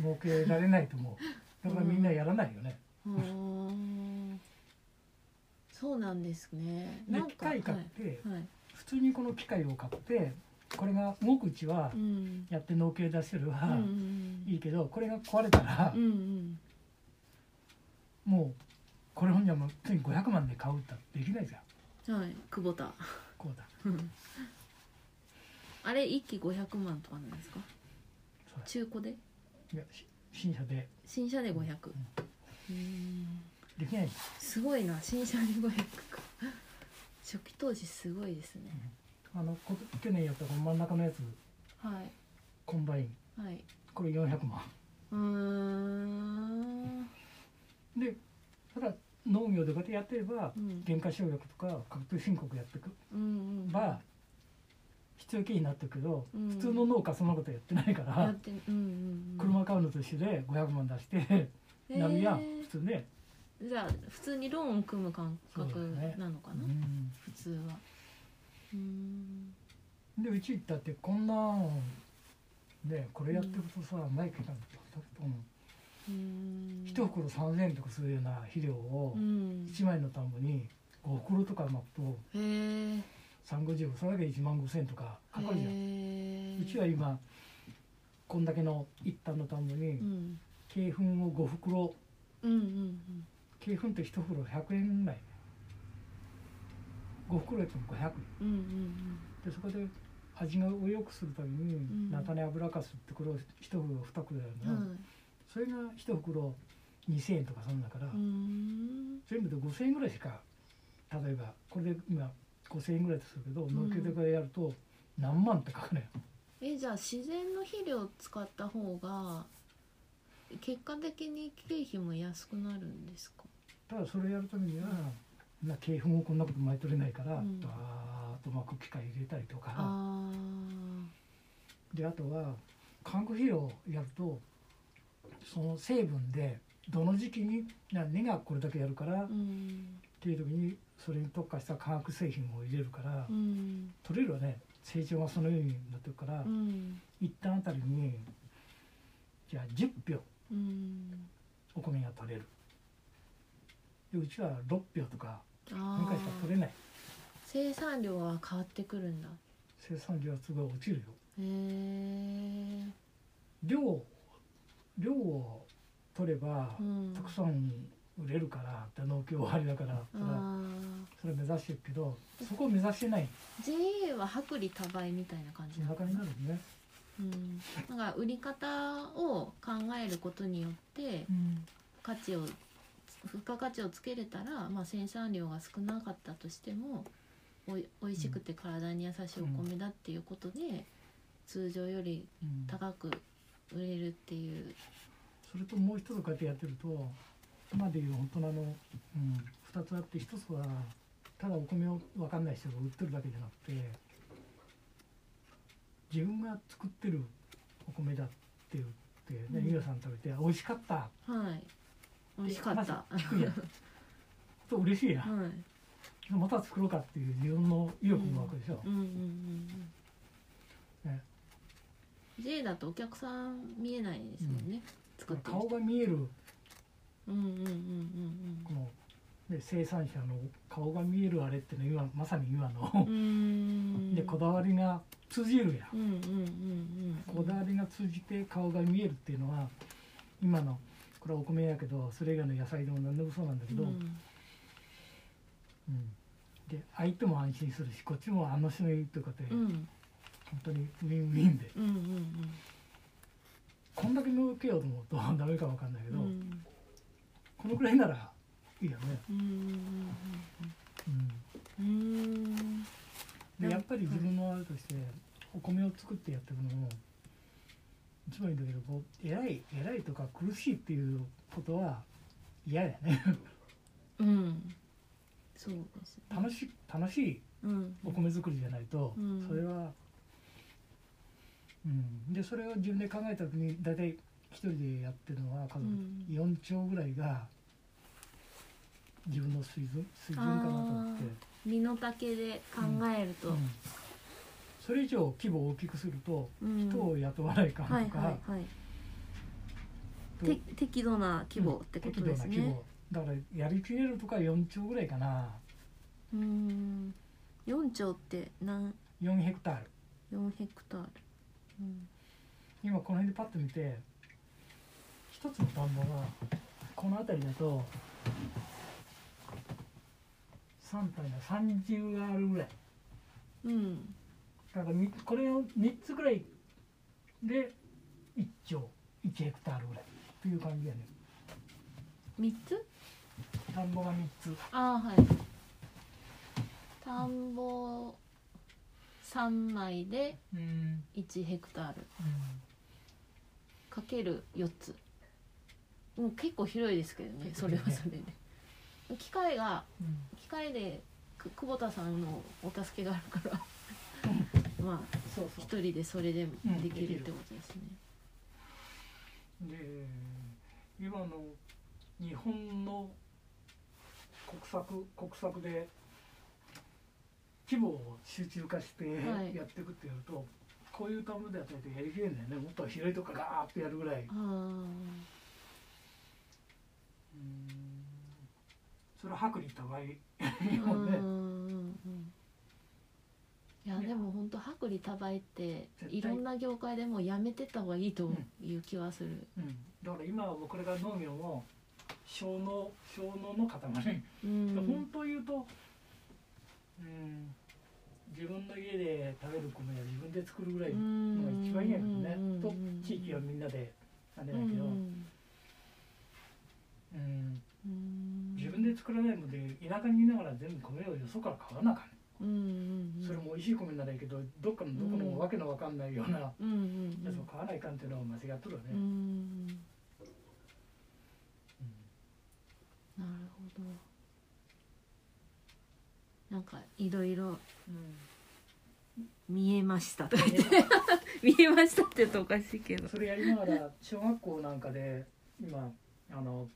Speaker 1: うん儲けられないと思うだからみんなやらないよね、
Speaker 2: うーんそうなんですね
Speaker 1: で
Speaker 2: なん
Speaker 1: 機
Speaker 2: かはい
Speaker 1: 械買って、
Speaker 2: はい
Speaker 1: 普通にこの機械を買ってこれが動くうちは
Speaker 2: うん
Speaker 1: やって農協に出してる
Speaker 2: うんう
Speaker 1: は、
Speaker 2: ん
Speaker 1: いいけどこれが壊れたら、
Speaker 2: うんうん
Speaker 1: もうこれ本人はもう普通に500万で買うってできないじゃん
Speaker 2: うんはい久保田
Speaker 1: こうだ
Speaker 2: うんあれ一機500万とかなんですか
Speaker 1: そうだ
Speaker 2: 中古で
Speaker 1: いやし新車で
Speaker 2: 新車で500うーん
Speaker 1: できないんだ
Speaker 2: すごいな新車で500か初期投資すごいですね
Speaker 1: あのこ去年やったこの真ん中のやつ
Speaker 2: はい
Speaker 1: コンバイン
Speaker 2: はい
Speaker 1: これ400万
Speaker 2: うーん
Speaker 1: でただ農業でこうやってやってれば
Speaker 2: うん
Speaker 1: 減価償却とか確定申告やってく
Speaker 2: うんうん
Speaker 1: ば必要経費になってるけど、
Speaker 2: うん
Speaker 1: 普通の農家そんなことやってないか
Speaker 2: や
Speaker 1: ら
Speaker 2: っ、てうんうんうん
Speaker 1: 車買うのと一緒で500万出して波は
Speaker 2: へー
Speaker 1: 普通ね、
Speaker 2: じゃあ普通にローンを組む感覚
Speaker 1: そうだね
Speaker 2: なのかな、
Speaker 1: う
Speaker 2: 普通はうーん
Speaker 1: ん、でうち行ったってこんなんねこれやってるとさ、マイクなんて
Speaker 2: うーん
Speaker 1: 一袋3000円とかするような肥料を
Speaker 2: うん
Speaker 1: 1枚の田んぼに5袋とかまくと
Speaker 2: へえ
Speaker 1: 350それだけで1万5000円とかかかるじゃん。うちは
Speaker 2: へー
Speaker 1: 今こんだけの一旦の田んぼ
Speaker 2: う
Speaker 1: に
Speaker 2: ん
Speaker 1: 鶏粉を5袋
Speaker 2: うんうん
Speaker 1: 鶏粉って1袋100円ぐらい5袋やっても500円
Speaker 2: うんうんうん
Speaker 1: でそこで味を良くするため
Speaker 2: ん
Speaker 1: に菜種油かすってこれを1袋2袋やる
Speaker 2: うん
Speaker 1: の、それが1袋2000円とかそんだから、
Speaker 2: うんうーん
Speaker 1: 全部で5000円ぐらいしか例えばこれで今5000円ぐらいとするけど農協でこれやると何万ってかかるよ
Speaker 2: えじゃあ自然の肥料を使った方が結果的に経費も安くなるんですか
Speaker 1: ただそれやるためにはな鶏粉をこんなこと巻いとれないから、
Speaker 2: うん
Speaker 1: バーッと巻く機械入れたりと
Speaker 2: あ
Speaker 1: か
Speaker 2: あ
Speaker 1: であとは化学肥料をやるとその成分でどの時期にな根がこれだけやるから、
Speaker 2: ー
Speaker 1: っ
Speaker 2: うん
Speaker 1: ていう時にそれに特化した化学製品を入れるから、
Speaker 2: うん
Speaker 1: 取れるはね成長がそのようになってるから、
Speaker 2: うん
Speaker 1: 一旦あたりにじゃあ10票
Speaker 2: うん
Speaker 1: お米が取れるでうちは6票とか
Speaker 2: あ
Speaker 1: 何回しか取
Speaker 2: ー
Speaker 1: れない
Speaker 2: 生産量は変わってくるんだ
Speaker 1: 生産量はすごい落ちるよ
Speaker 2: へえ
Speaker 1: 量を量を取れば
Speaker 2: うん
Speaker 1: たくさん売れるからって農協終わりだから
Speaker 2: あ
Speaker 1: それは
Speaker 2: ー
Speaker 1: それ目指してるけどそこを目指してない
Speaker 2: JA は薄利多売みたいな感じ
Speaker 1: 背
Speaker 2: なの
Speaker 1: 中
Speaker 2: か
Speaker 1: にな
Speaker 2: な
Speaker 1: るね、
Speaker 2: うんなんか売り方を考えることによって価値を付加価値をつけれたら、まあ、生産量が少なかったとしてもおい美味しくて体に優しいお米だっていうことで、通常より
Speaker 1: うん
Speaker 2: 高く売れるっていう
Speaker 1: それともう一つこうやってやってると今でいう本当のあの、うん、2つあって一つはただお米を分かんない人が売ってるだけじゃなくて自分が作ってるお米だって言ってね
Speaker 2: うん
Speaker 1: 美桜、さん食べて「美味しかった
Speaker 2: はい美味しかった、
Speaker 1: まず聞く やんと嬉しいやん
Speaker 2: はい
Speaker 1: また作ろうかっていう自分の意欲も湧くでしょ、
Speaker 2: うんうんうんうん、
Speaker 1: ね
Speaker 2: J だとお客さん見えないですもんね、作ってる
Speaker 1: 顔
Speaker 2: 人
Speaker 1: が見える
Speaker 2: うんうんうんうん
Speaker 1: こので生産者の顔が見えるあれっていうのは今まさに今
Speaker 2: う
Speaker 1: の、
Speaker 2: ーん
Speaker 1: でこだわりが通じるやん
Speaker 2: うんうんうんうん
Speaker 1: こだわりが通じて顔が見えるっていうのは今のこれはお米やけどそれ以外の野菜でも何でもそうなんだけど、
Speaker 2: うん
Speaker 1: うんで相手も安心するしこっちもあの人がいいとかって、
Speaker 2: うん
Speaker 1: 本当にウィンウィンで
Speaker 2: うんうん
Speaker 1: こんだけ儲けようと思うと ダメかわかんないけ
Speaker 2: うんう
Speaker 1: ど、
Speaker 2: ん
Speaker 1: このくらいならいいよね。
Speaker 2: うん
Speaker 1: うん
Speaker 2: うんうん
Speaker 1: で
Speaker 2: なん
Speaker 1: やっぱり自分のあれとしてお米を作ってやっていくのも一番いいんだけどこう偉い偉いとか苦しいっていうことは嫌やね
Speaker 2: うんそうですね
Speaker 1: 楽しい楽しい
Speaker 2: うん
Speaker 1: お米作りじゃないと、
Speaker 2: うん
Speaker 1: それはうんでそれを自分で考えた時に大体一人でやってるのは家族
Speaker 2: うん
Speaker 1: 4兆ぐらいが自分の水準水準かなと思って、
Speaker 2: 身の丈で考えると
Speaker 1: うんそれ以上規模を大きくすると
Speaker 2: うん
Speaker 1: 人を雇わないかんとか、
Speaker 2: はいはいはい
Speaker 1: と
Speaker 2: て適度な規模ってことです
Speaker 1: 適度な規
Speaker 2: ね
Speaker 1: 模だからやりきれるとか4兆ぐらいかな
Speaker 2: うん4兆って何
Speaker 1: 4ヘクタール
Speaker 2: 4ヘクタールうん
Speaker 1: 今この辺でパッと見て一つの田んぼがこの辺りだと3体が30あるぐらい
Speaker 2: うん
Speaker 1: だからみこれを3つぐらいで1兆1ヘクタールぐらいっていう感じやね
Speaker 2: 3つ
Speaker 1: 田んぼが3つ
Speaker 2: あーはい田んぼ3枚で
Speaker 1: うん、うん、
Speaker 2: 1ヘクタールかける4つもう結構広いですけどねそれはそれで機械が
Speaker 1: うん
Speaker 2: 機械でく久保田さんのお助けがあるからまあ
Speaker 1: そうそう
Speaker 2: 一人でそれで
Speaker 1: うん
Speaker 2: でき
Speaker 1: でき
Speaker 2: る
Speaker 1: る
Speaker 2: ってことですね
Speaker 1: で今の日本の国策国策で規模を集中化して
Speaker 2: はい
Speaker 1: やっていくってやると、こういう田んぼでやってないとやりきれんだよねもっと広いとこガーッとやるぐらい
Speaker 2: あー
Speaker 1: うんそれは薄利多売
Speaker 2: う
Speaker 1: 日
Speaker 2: ん
Speaker 1: 本ね
Speaker 2: うんうんいやでも本当薄利多売って
Speaker 1: 絶対
Speaker 2: いろんな業界でもうやめてった方がいいという気はする、
Speaker 1: うん、だから今はもうこれから農業も小農小農の塊
Speaker 2: うん
Speaker 1: 本当言うと、うん、自分の家で食べる米は自分で作るぐらいのが一番いいんやけどね、
Speaker 2: うん
Speaker 1: と地域はみんなでなんで
Speaker 2: う
Speaker 1: だけど、うん
Speaker 2: んうん
Speaker 1: 自分で作らないので田舎にいながら全部米をよそから買わなあかん、
Speaker 2: うんうんうん
Speaker 1: それも美味しい米ならいいけどどっかのどこのもわけのわかんないようなや
Speaker 2: うんうんう
Speaker 1: つを
Speaker 2: ん
Speaker 1: 買わないかんっていうのは間違っとるよね、
Speaker 2: うんうん
Speaker 1: うん
Speaker 2: なるほどなんかいろいろ見えましたとか言って見えましたって言うとおかしいけど
Speaker 1: それやりながら小学校なんかで今あの